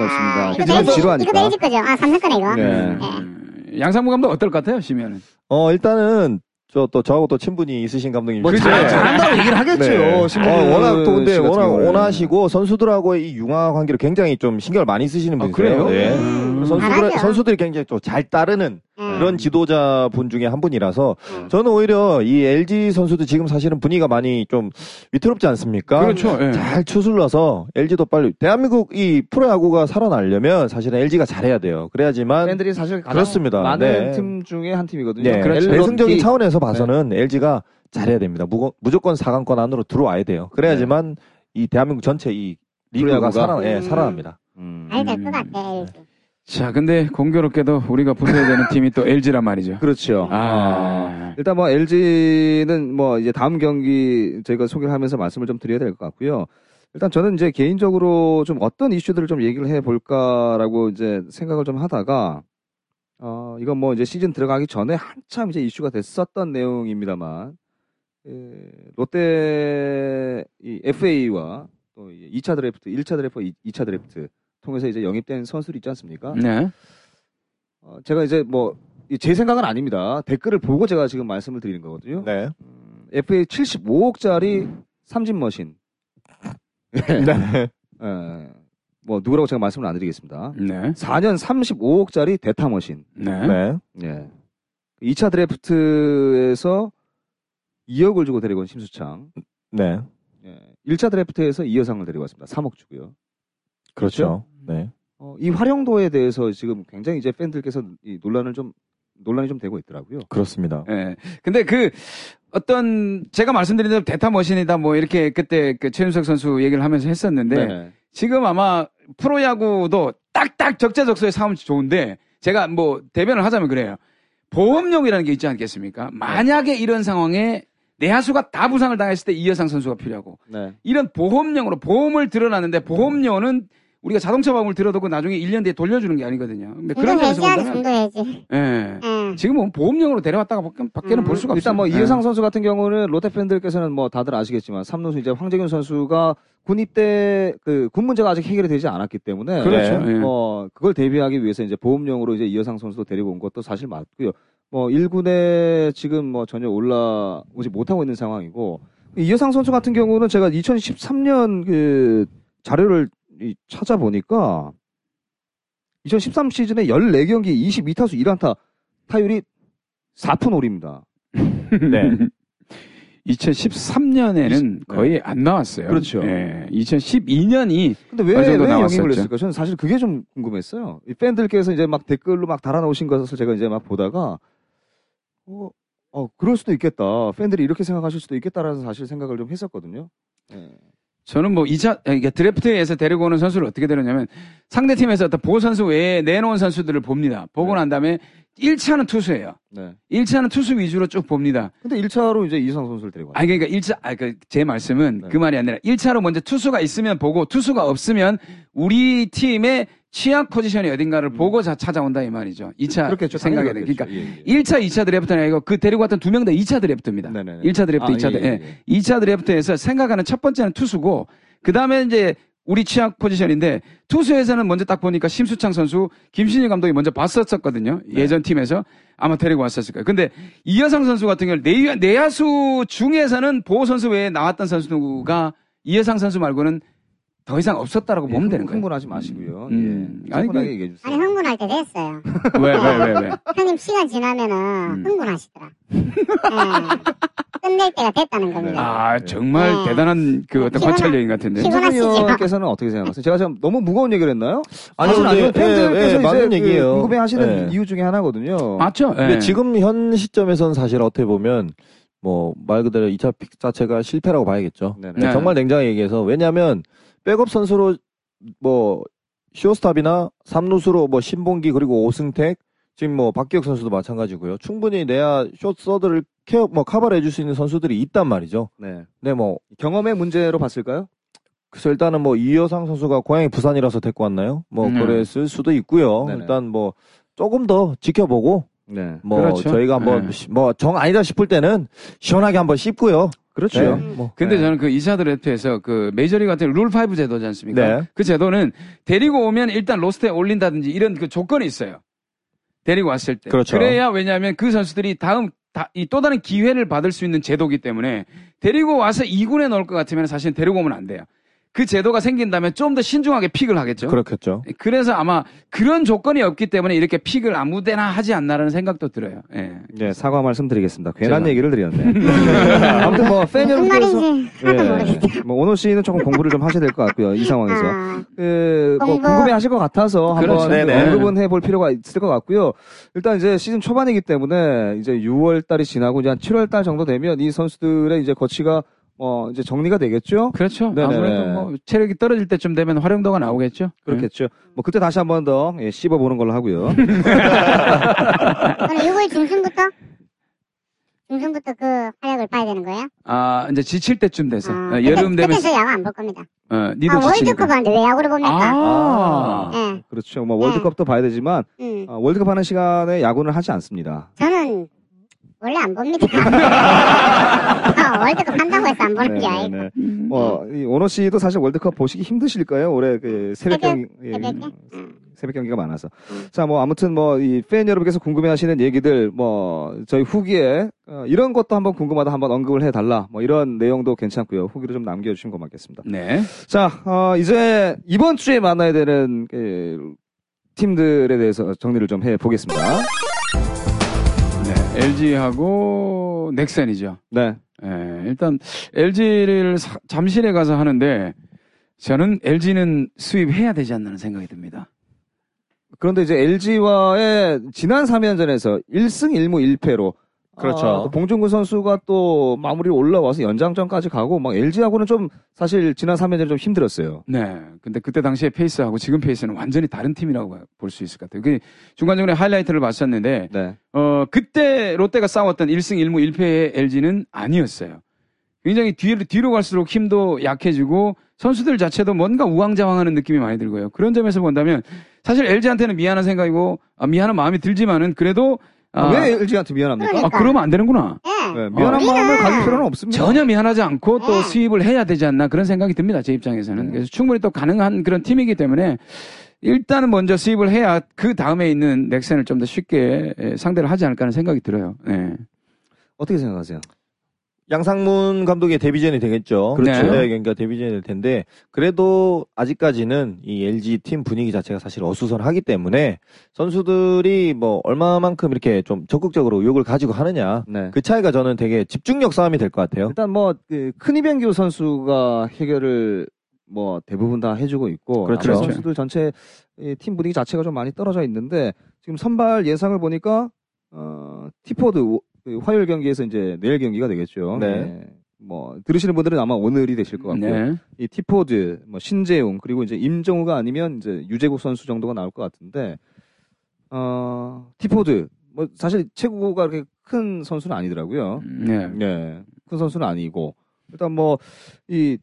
C: 이거
E: 없습니다. 아, 지금
C: 내일 집-
E: 지루하니까.
C: 이거 내일 집 거죠? 아, 삼성 거네, 이거.
E: 네.
B: 음, 예. 양상무 감독 어떨 것 같아요, 시면은?
A: 어 일단은 저 또 저하고 또 친분이 있으신 감독님.
E: 뭐
A: 그죠?
E: 잘, 잘한다고 얘기를
A: 네.
E: 하겠죠. 뭐 심지어
A: 어, 워낙 또 근데
E: 씨 같은
A: 워낙
E: 경우는.
A: 원하시고 선수들하고의 이 융화 관계를 굉장히 좀 신경을 많이 쓰시는 분이세요.
B: 그래요?
A: 예.
B: 음.
A: 선수들
C: 잘하죠.
A: 선수들이 굉장히 또 잘 따르는
C: 음.
A: 그런 지도자분 중에 한 분이라서
F: 음.
A: 저는 오히려 이 LG 선수도 지금 사실은 분위기가 많이 좀 위태롭지 않습니까?
B: 그렇죠.
E: 네.
B: 예.
A: 잘 추슬러서 LG도 빨리 대한민국 이 프로야구가 살아나려면 사실은 LG가 잘해야 돼요. 그래야지만
E: 팬들이 사실 가장
A: 그렇습니다.
E: 많은
A: 네.
E: 팀 중에 한 팀이거든요.
A: 네,
B: 그렇죠.
A: 배승적인
E: LG.
A: 차원에서 봐서는
E: 네.
A: LG가 잘해야 됩니다. 무거, 무조건 4강권 안으로 들어와야 돼요. 그래야지만 이 대한민국 전체 이 리그가
E: 네. 프로야구가?
A: 살아, 예,
F: 음.
A: 살아납니다.
E: 음.
C: 잘 될 것 같아 LG.
B: 자, 근데 공교롭게도 우리가 부숴야 되는 팀이 또 LG란 말이죠.
E: 그렇죠.
B: 아.
E: 일단 뭐 LG는 뭐 이제 다음 경기 저희가 소개를 하면서 말씀을 좀 드려야 될 것 같고요. 일단 저는 이제 개인적으로 좀 어떤 이슈들을 좀 얘기를 해볼까라고 이제 생각을 좀 하다가 어 이건 뭐 이제 시즌 들어가기 전에 한참 이제 이슈가 됐었던 내용입니다만 예, 롯데 이 FA와 또 2차 드래프트, 1차 드래프트, 2차 드래프트 통해서 이제 영입된 선수들 있지 않습니까?
B: 네.
E: 어, 제가 이제 뭐 제 생각은 아닙니다. 댓글을 보고 제가 지금 말씀을 드리는 거거든요.
A: 네.
E: FA 75억짜리 삼진 머신.
A: 네.
E: 예. 뭐 누구라고 제가 말씀을 안 드리겠습니다.
B: 네.
E: 4년 35억짜리 대타 머신.
B: 네.
A: 네.
E: 예. 2차 드래프트에서 2억을 주고 데리고 온 심수창.
A: 네.
E: 예. 1차 드래프트에서 이여상을 데리고 왔습니다. 3억 주고요.
A: 그렇죠. 네.
E: 어, 이 활용도에 대해서 지금 굉장히 이제 팬들께서 이 논란을 좀 논란이 좀 되고 있더라고요.
A: 그렇습니다.
B: 예. 근데 그 어떤 제가 말씀드린 대로 대타 머신이다 뭐 이렇게 그때 그 최윤석 선수 얘기를 하면서
E: 네.
B: 했었는데 지금 아마 프로야구도 딱딱 적재적소에 사면 좋은데 제가 뭐 대변을 하자면 그래요. 보험용이라는 게 있지
E: 네.
B: 않겠습니까? 만약에 이런 상황에 내 하수가 다 부상을 당했을 때 이여상 선수가 필요하고
E: 네.
B: 이런 보험령으로 보험을 들어놨는데 보험료는 우리가 자동차 보험을 들어두고 나중에 1년 뒤에 돌려주는 게 아니거든요. 근데
C: 중도
B: 그런 점에서
C: 해지하지
B: 보면
C: 중도 해지.
B: 예.
C: 예.
B: 지금 은 보험령으로 데려왔다가 밖에- 밖에는
C: 음,
B: 볼 수가 없어요.
E: 일단 뭐
B: 예.
E: 이효상 선수 같은 경우는 롯데 팬들께서는 뭐 다들 아시겠지만 삼루수 이제 황재균 선수가 군 입대 그 군 문제가 아직 해결이 되지 않았기 때문에
B: 그렇죠.
E: 네.
B: 예.
E: 뭐 그걸 대비하기 위해서 이제 보험용으로 이제 이효상 선수도 데리고 온 것도 사실 맞고요. 뭐 1군에 지금 뭐 전혀 올라오지 못하고 있는 상황이고 이효상 선수 같은 경우는 제가 2013년 그 자료를 이 찾아보니까 2013 시즌에 14경기 22타수 1안타 타율이 4푼 5리입니다. 음.
A: 네.
B: 2013년에는 거의 안 나왔어요.
E: 그렇죠.
B: 예. 2012년이
E: 근데 왜,
B: 어느
E: 왜
B: 그 정도
E: 영입을
B: 나왔었죠?
E: 했을까? 저는 사실 그게 좀 궁금했어요. 이 팬들께서 이제 막 댓글로 막 달아놓으신 것을 제가 이제 막 보다가, 어, 어, 그럴 수도 있겠다. 팬들이 이렇게 생각하실 수도 있겠다라는 사실 생각을 좀 했었거든요. 예.
B: 저는 뭐 2차 이게 드래프트에서 데리고 오는 선수를 어떻게 데려냐면 상대 팀에서 어떤 보호 선수 외에 내놓은 선수들을 봅니다. 보고
E: 네.
B: 난 다음에 1차는 투수예요.
E: 네.
B: 1차는 투수 위주로 쭉 봅니다.
E: 근데 1차로 이제 이상 선수를 데리고 왔어요.
B: 아니 그러니까 1차 아 그 제 말씀은
E: 네.
B: 그 말이 아니라 1차로 먼저 투수가 있으면 보고 투수가 없으면 우리 팀의 취약 포지션이 어딘가를 보고 자, 찾아온다 이 말이죠. 2차
E: 음. 그렇겠죠.
B: 생각에
E: 당연히
B: 그러니까
E: 그렇겠죠. 예, 예.
B: 1차, 2차 드래프트는 아니고 그 데리고 왔던 두 명 다 2차 드래프트입니다.
E: 네네네.
B: 1차 드래프트,
E: 아,
B: 2차
E: 예,
B: 드래프트.
E: 예, 예.
B: 2차 드래프트에서 생각하는 첫 번째는 투수고, 그 다음에 이제 우리 취약 포지션인데, 투수에서는 먼저 딱 보니까 심수창 선수, 김신일 감독이 먼저 봤었었거든요.
A: 네.
B: 예전 팀에서. 아마 데리고 왔었을 거예요. 근데 이여상 선수 같은 경우는 내, 내야수 중에서는 보호 선수 외에 나왔던 선수가 이여상 선수 말고는 더 이상 없었다라고
A: 네,
B: 보면 되는 거예요.
E: 뭐 흥분하지 마시고요.
B: 음.
E: 예.
B: 아니,
E: 충분하게
B: 그-
E: 얘기해 주세요.
C: 아니 흥분할 때 됐어요.
E: 음.
B: 왜, 왜, 왜, 왜.
A: 네.
C: 형님 시간 지나면은
B: 음.
C: 흥분하시더라. 예. 끝낼 때가 됐다는 겁니다.
B: 아, 정말
C: 네.
B: 대단한 그 어떤
C: 피곤하-
B: 관찰력인 같은데.
C: 피곤- 흥분하시죠.
E: 의원께서는 네. 어떻게 생각하세요? 제가 지금 너무 무거운 얘기를 했나요?
A: 아니요,
E: 사실 아니고
A: 근데, 예, 예,
E: 팬들께서 이제 그
A: 맞는 얘기예요.
E: 궁금해 하시는
A: 예.
E: 이유 네. 중에 하나거든요.
B: 맞죠?
A: 근데
B: 예.
A: 지금 현 시점에선 사실 어떻게 보면 뭐 말 그대로 2차 픽 자체가 실패라고 봐야겠죠.
E: 네네.
B: 네.
A: 정말 냉정하게 얘기해서 왜냐하면 백업 선수로 뭐 쇼스탑이나 삼루수로 뭐 신봉기 그리고 오승택 지금 뭐 박기혁 선수도 마찬가지고요. 충분히 내야 쇼서드를 케어 뭐 커버를 해줄 수 있는 선수들이 있단 말이죠.
E: 네.
A: 근데 뭐
E: 경험의 문제로 봤을까요?
A: 그래서 일단은 뭐 이여상 선수가 고향이 부산이라서 데리고 왔나요? 뭐
B: 음.
A: 그랬을 수도 있고요.
E: 네네.
A: 일단 뭐 조금 더 지켜보고
E: 네.
A: 뭐
B: 그렇죠.
A: 저희가
B: 네.
A: 뭐 뭐 정 아니다 싶을 때는 시원하게 한번 씹고요.
E: 그렇죠.
A: 네. 뭐.
B: 근데
E: 네.
B: 저는 그 이사 드래프트에서 그 메이저리그 같은 룰5 제도지 않습니까?
A: 네.
B: 그 제도는 데리고 오면 일단 로스트에 올린다든지 이런 그 조건이 있어요. 데리고 왔을 때.
A: 그렇죠.
B: 래야 왜냐하면 그 선수들이 다음 다, 이 또 다른 기회를 받을 수 있는 제도기 때문에 데리고 와서 2군에 넣을 것 같으면 사실 데리고 오면 안 돼요. 그 제도가 생긴다면 좀 더 신중하게 픽을 하겠죠.
A: 그렇겠죠.
B: 그래서 아마 그런 조건이 없기 때문에 이렇게 픽을 아무데나 하지 않나라는 생각도 들어요. 예.
E: 네, 사과 말씀드리겠습니다. 괜한
B: 제가.
E: 얘기를 드렸네. 아무튼 뭐팬
C: 무슨
E: 여러분께서
C: 말인지 하나도 모르겠어요.
E: 예, 뭐 오노 씨는 조금 공부를 좀 하셔야 될 것 같고요. 이 상황에서.
C: 아,
E: 그, 뭐
C: 공부.
E: 궁금해하실 것 같아서
B: 그렇죠.
E: 한번
A: 네네.
E: 언급은 해볼 필요가 있을 것 같고요. 일단 이제 시즌 초반이기 때문에 이제 6월 달이 지나고 이제 한 7월 달 정도 되면 이 선수들의 이제 거치가 어 이제 정리가 되겠죠.
B: 그렇죠.
E: 네네네.
B: 아무래도 뭐 체력이 떨어질 때쯤 되면 활용도가 나오겠죠. 예.
E: 그렇겠죠. 뭐 그때 다시 한 번 더 예, 씹어보는 걸로 하고요.
C: 그럼 6월 중순부터? 중순부터 그 활약을 봐야 되는 거예요?
B: 아 이제 지칠 때쯤 돼서
C: 아,
B: 어,
C: 그때-
B: 여름 되면
C: 그때 저 야구 안 볼 겁니다.
B: 어,
C: 아,
B: 니도
C: 월드컵
B: 지치니까.
C: 하는데 왜 야구를 봅니까?
B: 아.
C: 예.
E: 그렇죠. 뭐 월드컵도 봐야 되지만
C: 음.
E: 아, 월드컵 하는 시간에 야구는 하지 않습니다.
C: 저는 원래 안 봅니다.
B: 네,
C: 아, 월드컵 한다고 해서 안 보는 게 아니고.
E: 네. 뭐, 이 오노 씨도 사실 월드컵 보시기 힘드실 거예요. 올해 그 새벽
C: 새벽,
E: 경기, 예,
B: 네,
C: 새벽에?
B: 음.
E: 새벽 경기가 많아서. 자, 뭐, 아무튼 뭐, 이 팬 여러분께서 궁금해 하시는 얘기들, 뭐, 저희 후기에, 어, 이런 것도 한번 궁금하다 한번 언급을 해달라. 뭐, 이런 내용도 괜찮고요. 후기를 좀 남겨주시면 고맙겠습니다.
B: 네.
E: 자, 어, 이제 이번 주에 만나야 되는 그, 팀들에 대해서 정리를 좀 해보겠습니다.
B: 네. LG하고 넥센이죠.
E: 네.
B: 예, 일단 LG를 잠실에 가서 하는데 저는 LG는 수입해야 되지 않나 생각이 듭니다.
E: 그런데 이제 LG와의 지난 3연전에서 1승 1무 1패로 아,
A: 그렇죠.
E: 봉준구 선수가 또 마무리 올라와서 연장전까지 가고 막 LG하고는 좀 사실 지난 3연전 좀 힘들었어요.
B: 네. 근데 그때 당시의 페이스하고 지금 페이스는 완전히 다른 팀이라고 볼 수 있을 것 같아요. 그 중간중간에 하이라이트를 봤었는데
E: 네.
B: 어 그때 롯데가 싸웠던 1승 1무 1패의 LG는 아니었어요. 굉장히 뒤로 뒤로 갈수록 힘도 약해지고 선수들 자체도 뭔가 우왕좌왕하는 느낌이 많이 들고요. 그런 점에서 본다면 사실 LG한테는 미안한 생각이고 아, 미안한 마음이 들지만은 그래도 아,
E: 왜 LG한테 미안합니까?
B: 아, 그러면 안 되는구나.
C: 예.
E: 네, 미안한
C: 우리는-
E: 마음을 음. 가질 필요는 없습니다.
B: 전혀 미안하지 않고 또
C: 네.
B: 수입을 해야 되지 않나 그런 생각이 듭니다. 제
E: 음.
B: 입장에서는. 그래서 충분히 또 가능한 그런 팀이기 때문에 일단은 먼저 수입을 해야 그 다음에 있는 넥센을 좀 더 쉽게 예, 상대를 하지 않을까 하는 생각이 들어요. 네.
E: 어떻게 생각하세요?
A: 양상문 감독의 데뷔전이 되겠죠.
B: 그렇죠.
A: 네, 그러니까 데뷔전이 될 텐데 그래도 아직까지는 이 LG 팀 분위기 자체가 사실 어수선하기 때문에 선수들이 뭐 얼마만큼 이렇게 좀 적극적으로 욕을 가지고 하느냐
E: 네.
A: 그 차이가 저는 되게 집중력 싸움이 될 것 같아요.
E: 일단 뭐 그, 크니벤규 선수가 해결을 뭐 대부분 다 해주고 있고
A: 그렇죠.
E: 남은 선수들 전체 이팀 분위기 자체가 좀 많이 떨어져 있는데 지금 선발 예상을 보니까 어 티포드 우- 그 화요일 경기에서 이제 내일 경기가 되겠죠.
A: 네.
E: 예. 뭐 들으시는 분들은 아마 오늘이 되실 것 같고요.
B: 네.
E: 이 티포드, 뭐 신재용 그리고 이제 임정우가 아니면 이제 유재국 선수 정도가 나올 것 같은데 어 티포드 뭐 사실 체구가 그렇게 큰 선수는 아니더라고요.
B: 네.
E: 예. 큰 선수는 아니고 일단 뭐 이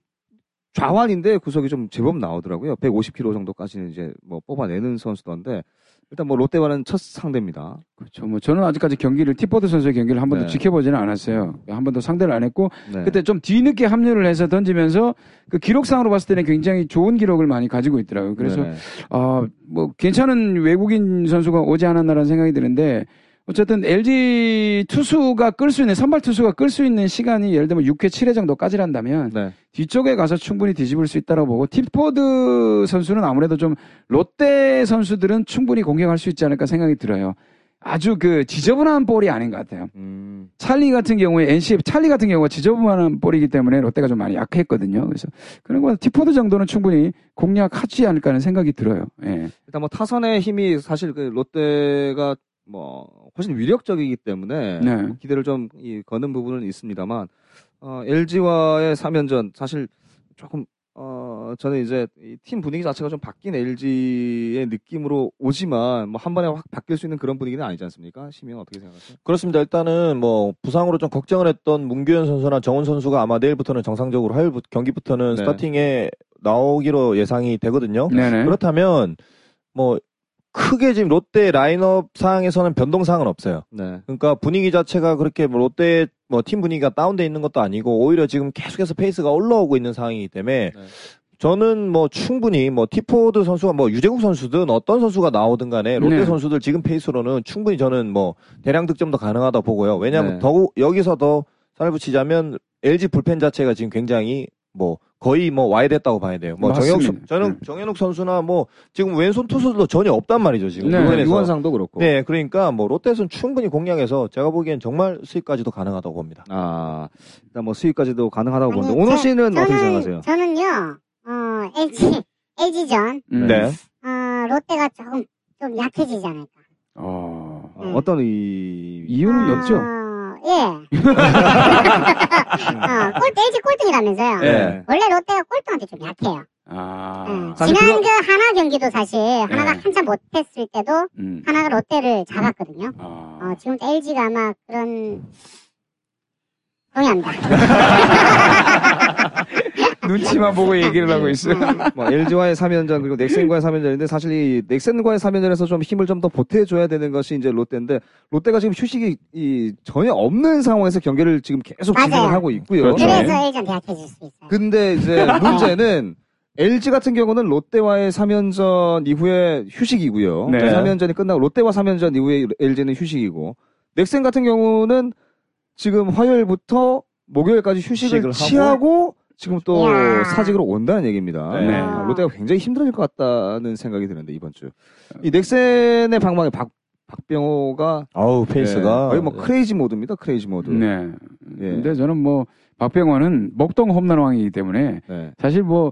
E: 좌완인데 구석이 좀 제법 나오더라고요. 150kg 정도까지는 이제 뭐 뽑아내는 선수던데 일단 뭐 롯데와는 첫 상대입니다.
B: 그렇죠. 뭐 저는 아직까지 경기를 티포드 선수의 경기를 한 번도
E: 네.
B: 지켜보지는 않았어요. 한 번도 상대를 안 했고
E: 네.
B: 그때 좀 뒤늦게 합류를 해서 던지면서 그 기록상으로 봤을 때는 굉장히 좋은 기록을 많이 가지고 있더라고요. 그래서
E: 네네.
B: 아, 뭐 괜찮은 외국인 선수가 오지 않았나라는 생각이 드는데 어쨌든 LG 투수가 끌 수 있는 선발 투수가 끌 수 있는 시간이 예를 들면 6회 7회 정도까지란다면
E: 네.
B: 뒤쪽에 가서 충분히 뒤집을 수 있다고 보고 티포드 선수는 아무래도 좀 롯데 선수들은 충분히 공격할 수 있지 않을까 생각이 들어요. 아주 그 지저분한 볼이 아닌 것 같아요.
E: 음.
B: 찰리 같은 경우에 NC 찰리 같은 경우가 지저분한 볼이기 때문에 롯데가 좀 많이 약했거든요. 그래서 그런 거 티포드 정도는 충분히 공략하지 않을까 하는 생각이 들어요. 예.
E: 일단 뭐 타선의 힘이 사실 그 롯데가 뭐 훨씬 위력적이기 때문에
B: 네.
E: 뭐 기대를 좀 이, 거는 부분은 있습니다만 어, LG와의 3연전 사실 조금 어 저는 이제 이팀 분위기 자체가 좀 바뀐 LG의 느낌으로 오지만 뭐 한 번에 확 바뀔 수 있는 그런 분위기는 아니지 않습니까? 시민 어떻게 생각하세요?
A: 그렇습니다. 일단은 뭐 부상으로 좀 걱정을 했던 문규현 선수나 정훈 선수가 아마 내일부터는 정상적으로 화요일 부- 경기부터는
E: 네.
A: 스타팅에 나오기로 예상이 되거든요.
B: 네네.
A: 그렇다면 뭐 크게 지금 롯데 라인업 상에서는 변동 사항은 없어요.
E: 네.
A: 그러니까 분위기 자체가 그렇게 뭐 롯데 뭐 팀 분위기가 다운돼 있는 것도 아니고 오히려 지금 계속해서 페이스가 올라오고 있는 상황이기 때문에
E: 네.
A: 저는 뭐 충분히 뭐 티포드 선수가 뭐 유재국 선수든 어떤 선수가 나오든 간에 롯데
B: 네.
A: 선수들 지금 페이스로는 충분히 저는 뭐 대량 득점도 가능하다 보고요. 왜냐하면
E: 네.
A: 더욱 여기서 더 살붙이자면 LG 불펜 자체가 지금 굉장히 뭐 거의 뭐 와야 됐다고 봐야 돼요. 뭐 정현욱,
B: 맞습니다. 네.
A: 선- 저는 정현욱 선수나 뭐 지금 왼손 투수들도 전혀 없단 말이죠 지금.
B: 네,
A: 롯데에서.
E: 유원상도 그렇고.
A: 네, 그러니까 뭐 롯데에서는 충분히 공략해서 제가 보기엔 정말 수익까지도 가능하다고 봅니다.
E: 아, 일단 뭐 수익까지도 가능하다고 보는데
C: 아니,
E: 오노
C: 저-
E: 씨는 어떻게 생각하세요?
C: 저는 저는요. 어 LG LG전
B: 음.
E: 네.
C: 어 롯데가 조금 좀 약해지지 않을까.
B: 어.
E: 어, 어떤 이
B: 이유는
C: 어,
B: 없죠.
C: 예. 어, 꼴등 LG 꼴등이라면서요.
B: 예.
E: 네.
C: 원래 롯데가 꼴등한테 좀 약해요.
B: 아.
C: 예.
E: 사실
C: 지난
E: 그거- 네.
C: 그 하나 경기도 사실 하나가
B: 예.
C: 한참 못했을 때도
B: 음.
C: 하나가 롯데를 잡았거든요. 어,
B: 아.
C: 지금 LG가 아마 그런 동의한다.
B: 눈치만 보고 얘기를 하고 있어요.
E: 뭐 LG와의 3연전 그리고 넥센과의 3연전인데 사실 이 넥센과의 3연전에서 좀 힘을 좀 더 보태줘야 되는 것이 이제 롯데인데 롯데가 지금 휴식이 이 전혀 없는 상황에서 경기를 지금 계속
C: 맞아요.
E: 진행을 하고 있고요.
A: 그렇죠.
C: 그래서 LG한테 약해질 수 있어요.
E: 근데 이제 문제는 LG 같은 경우는 롯데와의 3연전 이후에 휴식이고요.
B: 네.
E: 3연전이 끝나고 롯데와 3연전 이후에 LG는 휴식이고 넥센 같은 경우는 지금 화요일부터 목요일까지
A: 휴식을
E: 휴식을
A: 하고.
E: 취하고 지금 또
C: 이야.
E: 사직으로 온다는 얘기입니다.
A: 네.
E: 아, 롯데가 굉장히 힘들어질 것 같다는 생각이 드는데 이번 주. 이 넥센의 방망이 박 박병호가
A: 아우 페이스가 네.
E: 예, 거의 뭐 크레이지 모드입니다. 크레이지 모드.
B: 네.
E: 예.
B: 근데 저는 뭐 박병원은 목동 홈런왕이기 때문에
E: 네.
B: 사실 뭐,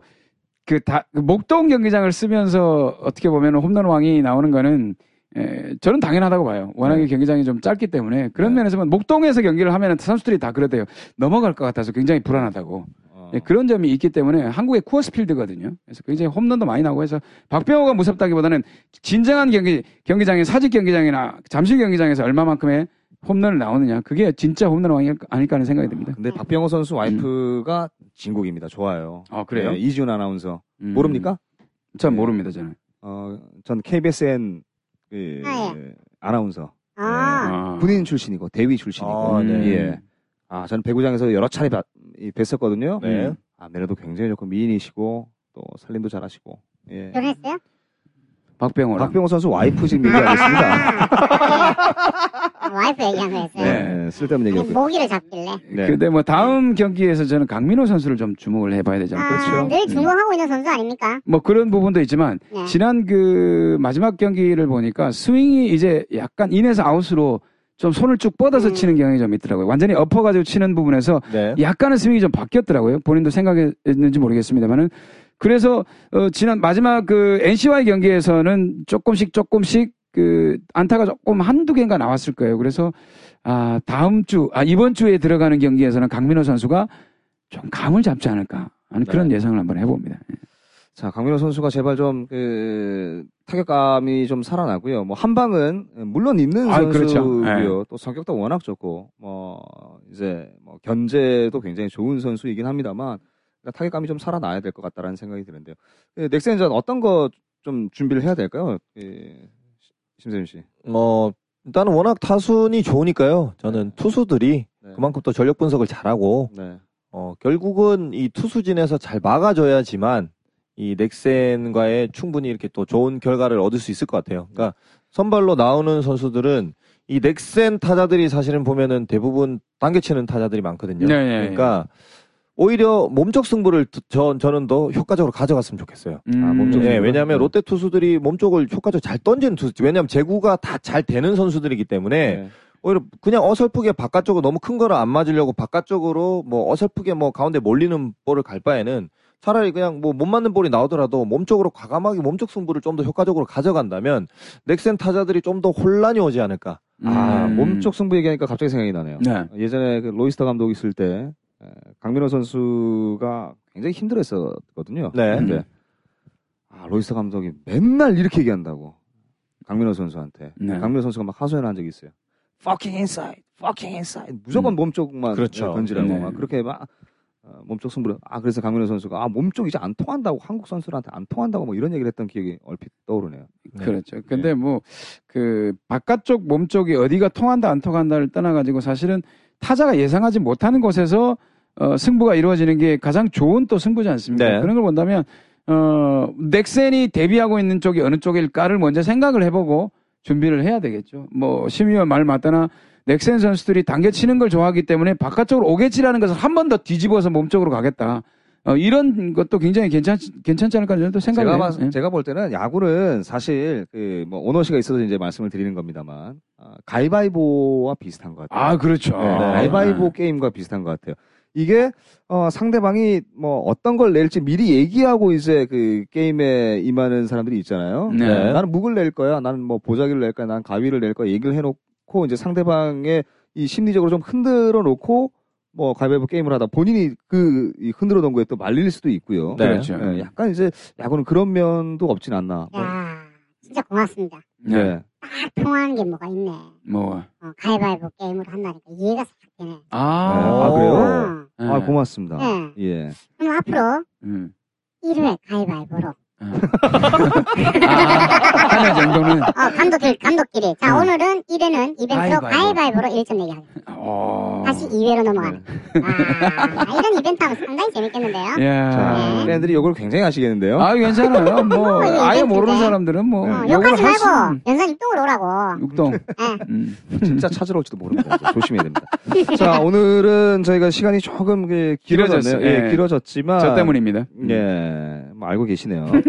B: 그 다, 그 목동 경기장을 쓰면서 어떻게 보면 홈런왕이 나오는 거는, 에, 저는 당연하다고 봐요. 워낙에 경기장이 좀 짧기 때문에. 그런
E: 네.
B: 면에서 보면 목동에서 경기를 하면 선수들이 다 그러대요. 넘어갈 것 같아서 굉장히 불안하다고.
E: 어.
A: 네,
B: 예, 그런 점이 있기 때문에 한국의 쿠어스필드거든요. 그래서 굉장히 홈런도 많이 나고 해서 박병호가 무섭다기보다는 진정한 경기, 경기장에 사직 경기장이나 잠실 경기장에서 얼마만큼의 홈런을 나오느냐. 그게 진짜 홈런왕이 아닐까 하는 생각이 듭니다.
E: 근데 박병호 선수 와이프가 진국입니다. 좋아요.
B: 아, 음. 그래요?
E: 네, 이지훈 아나운서.
B: 음,
E: 모릅니까? 네.
B: 전 모릅니다, 저는.
E: 어, 전 KBSN 그,
C: 아,
E: 네. 아나운서.
C: 아,
B: 아. 음,
E: 군인 출신이고 대위 출신이고.
A: 아, 네.
E: 예. 아, 저는 배구장에서 여러 차례 뵀, 이 뵀었거든요.
A: 네.
B: 음.
E: 아, 매너도 굉장히 좋고 미인이시고 또 살림도 잘하시고. 예.
C: 결혼했어요?
B: 박병호랑.
E: 박병호 선수 와이프 지금 얘기하겠습니다.
C: 아, 와이프 얘기한 아, 거였어요.
B: 네.
E: 네, 쓸데없는
C: 아니,
E: 얘기였고요.
C: 모기를 잡길래.
E: 네.
B: 근데 뭐 다음 경기에서 저는 강민호 선수를 좀 주목을 해봐야
E: 네,
B: 되지 않을까.
E: 그렇죠.
C: 아, 늘 중공하고 있는 선수 아닙니까?
B: 뭐 그런 부분도 있지만
C: 네.
B: 지난 그 마지막 경기를 보니까 스윙이 이제 약간 인에서 아웃으로 좀 손을 쭉 뻗어서
C: 음.
B: 치는 경향이 좀 있더라고요. 완전히 엎어가지고 치는 부분에서
A: 네.
E: 예?
B: 약간은 스윙이 좀 바뀌었더라고요. 본인도 생각했는지 모르겠습니다만은. 그래서 어, 지난 마지막 그 NC와의 경기에서는 조금씩 조금씩 그 안타가 조금 한두 개인가 나왔을 거예요. 그래서 아, 다음 주, 아, 이번 주에 들어가는 경기에서는 강민호 선수가 좀 감을 잡지 않을까 하는
E: 네.
B: 그런 예상을 한번 해봅니다.
E: 자, 강민호 선수가 제발 좀, 그, 타격감이 좀 살아나고요. 뭐, 한 방은, 물론 있는
B: 아, 그렇죠.
E: 선수고요. 또 성격도 워낙 좋고, 뭐, 이제, 뭐, 견제도 굉장히 좋은 선수이긴 합니다만, 일단 타격감이 좀 살아나야 될 것 같다라는 생각이 드는데요. 예, 넥센전 어떤 거 좀 준비를 해야 될까요? 예, 시- 심세준 씨.
A: 어, 일단은 워낙 타순이 좋으니까요. 저는 투수들이
E: 네.
A: 그만큼 또 전력 분석을 잘하고
E: 네.
A: 어, 결국은 이 투수진에서 잘 막아줘야지만 이 넥센과의 충분히 이렇게 또 좋은 결과를 얻을 수 있을 것 같아요. 그러니까 선발로 나오는 선수들은 이 넥센 타자들이 사실은 보면은 대부분 당겨치는 타자들이 많거든요.
B: 네, 네,
A: 그러니까 오히려 몸쪽 승부를 드- 전 저는 더 효과적으로 가져갔으면 좋겠어요.
E: 아,
B: 음.
E: 몸쪽
A: 예,
E: 승부를?
A: 왜냐하면
E: 네.
A: 롯데 투수들이 몸쪽을 효과적으로 잘 던지는 투수. 왜냐하면 제구가 다 잘 되는 선수들이기 때문에
E: 네.
A: 오히려 그냥 어설프게 바깥쪽으로 너무 큰 거를 안 맞으려고 바깥쪽으로 뭐 어설프게 뭐 가운데 몰리는 볼을 갈 바에는 차라리 그냥 뭐 못 맞는 볼이 나오더라도 몸쪽으로 과감하게 몸쪽 승부를 좀 더 효과적으로 가져간다면 넥센 타자들이 좀 더 혼란이 오지 않을까.
E: 아,
B: 음.
E: 몸쪽 승부 얘기하니까 갑자기 생각이 나네요.
B: 네.
E: 예전에 그 로이스터 감독 있을 때, 에, 강민호 선수가 굉장히 힘들었었거든요.
A: 네.
E: 근데 아, 로이스터 감독이 맨날 이렇게 얘기한다고. 강민호 선수한테.
B: 네.
E: 강민호 선수가 막 하소연한 적이 있어요. fucking inside, fucking inside. 무조건
B: 음.
E: 몸쪽만
A: 그렇죠.
E: 던지라고.
B: 네.
E: 막 그렇게 막 어, 몸쪽 승부를. 아, 그래서 강민호 선수가 아, 몸쪽 이제 안 통한다고. 한국 선수들한테 안 통한다고 뭐 이런 얘기를 했던 기억이 얼핏 떠오르네요.
B: 그렇죠. 근데 뭐 그 바깥쪽 몸쪽이 어디가 통한다 안 통한다를 떠나가지고 사실은 타자가 예상하지 못하는 곳에서 어, 승부가 이루어지는 게 가장 좋은 또 승부지 않습니까?
A: 네.
B: 그런 걸 본다면 어, 넥센이 대비하고 있는 쪽이 어느 쪽일까를 먼저 생각을 해보고 준비를 해야 되겠죠. 뭐 심의원 말 맞다나 넥센 선수들이 당겨치는 걸 좋아하기 때문에 바깥쪽으로 오겠지라는 것을 한 번 더 뒤집어서 몸쪽으로 가겠다. 어, 이런 것도 굉장히 괜찮 괜찮지 않을까 저는 또 생각을
E: 제가
B: 해요.
E: 봐-
B: 예.
E: 제가 볼 때는 야구는 사실 그뭐 오너 씨가 있어서 이제 말씀을 드리는 겁니다만 아, 가위바위보와 비슷한 것 같아요.
B: 아 그렇죠.
E: 네, 가위바위보 게임과 비슷한 것 같아요. 이게 어, 상대방이 뭐 어떤 걸 낼지 미리 얘기하고 이제 그 게임에 임하는 사람들이 있잖아요.
B: 네.
E: 네, 나는 묵을 낼 거야. 나는 뭐 보자기를 낼 거야. 난 가위를 낼 거야. 얘기를 해놓고 이제 상대방의 이 심리적으로 좀 흔들어 놓고 뭐 가위바위보 게임을 하다 본인이 그이 흔들어 놓은 거에 또 말릴 수도 있고요.
A: 네.
B: 그렇죠.
E: 예, 약간 이제 야구는 그런 면도 없진 않나. 뭐,
C: 야, 진짜 고맙습니다.
B: 네.
E: 네.
C: 딱 통하는 게 뭐가 있네. 어,
B: 뭐.
C: 가위바위보 게임을 한다니까 이해가 싹 되네.
B: 아.
E: 아, 그래요?
C: 어,
B: 예.
E: 아 고맙습니다.
C: 네.
E: 예.
C: 그럼 앞으로
B: 음.
C: 1회 가위바위보로.
B: 아, 하나 정도는.
C: 어, 감독들, 감독끼리. 자,
B: 어.
C: 오늘은 1회는 이벤트로
B: 가위바위보.
C: 가위바위보. 로 1점 내기 하기.
B: 어. 네.
C: 다시 2회로 넘어가는. 아, 이런 이벤트 하면 상당히 재밌겠는데요?
B: 예.
E: 자, 팬들이 이걸 굉장히 아시겠는데요.
B: 아 괜찮아요. 뭐
C: 어, 이거
B: 아예
C: 이게
B: 모르는
C: 근데.
B: 사람들은 뭐
E: 네.
C: 어,
B: 욕을
C: 욕하지
B: 할 수는-
C: 말고 연산 입동으로 오라고.
B: 육동.
C: 예.
B: 음.
E: 진짜 찾으러 올지도 모릅니다. 이제 조심해야 됩니다. 자, 오늘은 저희가 시간이 조금 그 길어졌네요.
B: 길어졌어요.
E: 예,
B: 예.
E: 길어졌지만.
B: 저 때문입니다.
E: 예, 뭐 알고 계시네요.
C: 아니,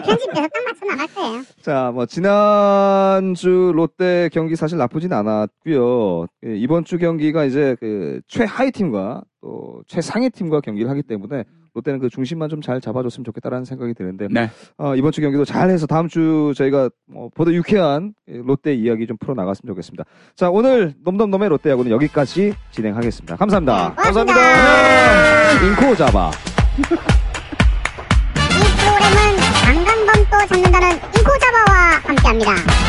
C: 편집돼서 딱 맞춰 나갈 거예요.
E: 자, 뭐 지난주 롯데 경기 사실 나쁘진 않았고요. 예, 이번 주 경기가 이제 그 최하위 팀과 또 최상위 팀과 경기를 하기 때문에 롯데는 그 중심만 좀 잘 잡아줬으면 좋겠다라는 생각이 드는데
B: 네.
E: 어, 이번 주 경기도 잘해서 다음 주 저희가 뭐 보다 유쾌한 예, 롯데 이야기 좀 풀어 나갔으면 좋겠습니다. 자, 오늘 넘넘넘의 롯데 야구는 여기까지 진행하겠습니다. 감사합니다.
C: 네, 고맙습니다. 네.
E: 인코 잡아.
C: 이 프로그램은 강간범 도 잡는다는 인고자바와 함께합니다.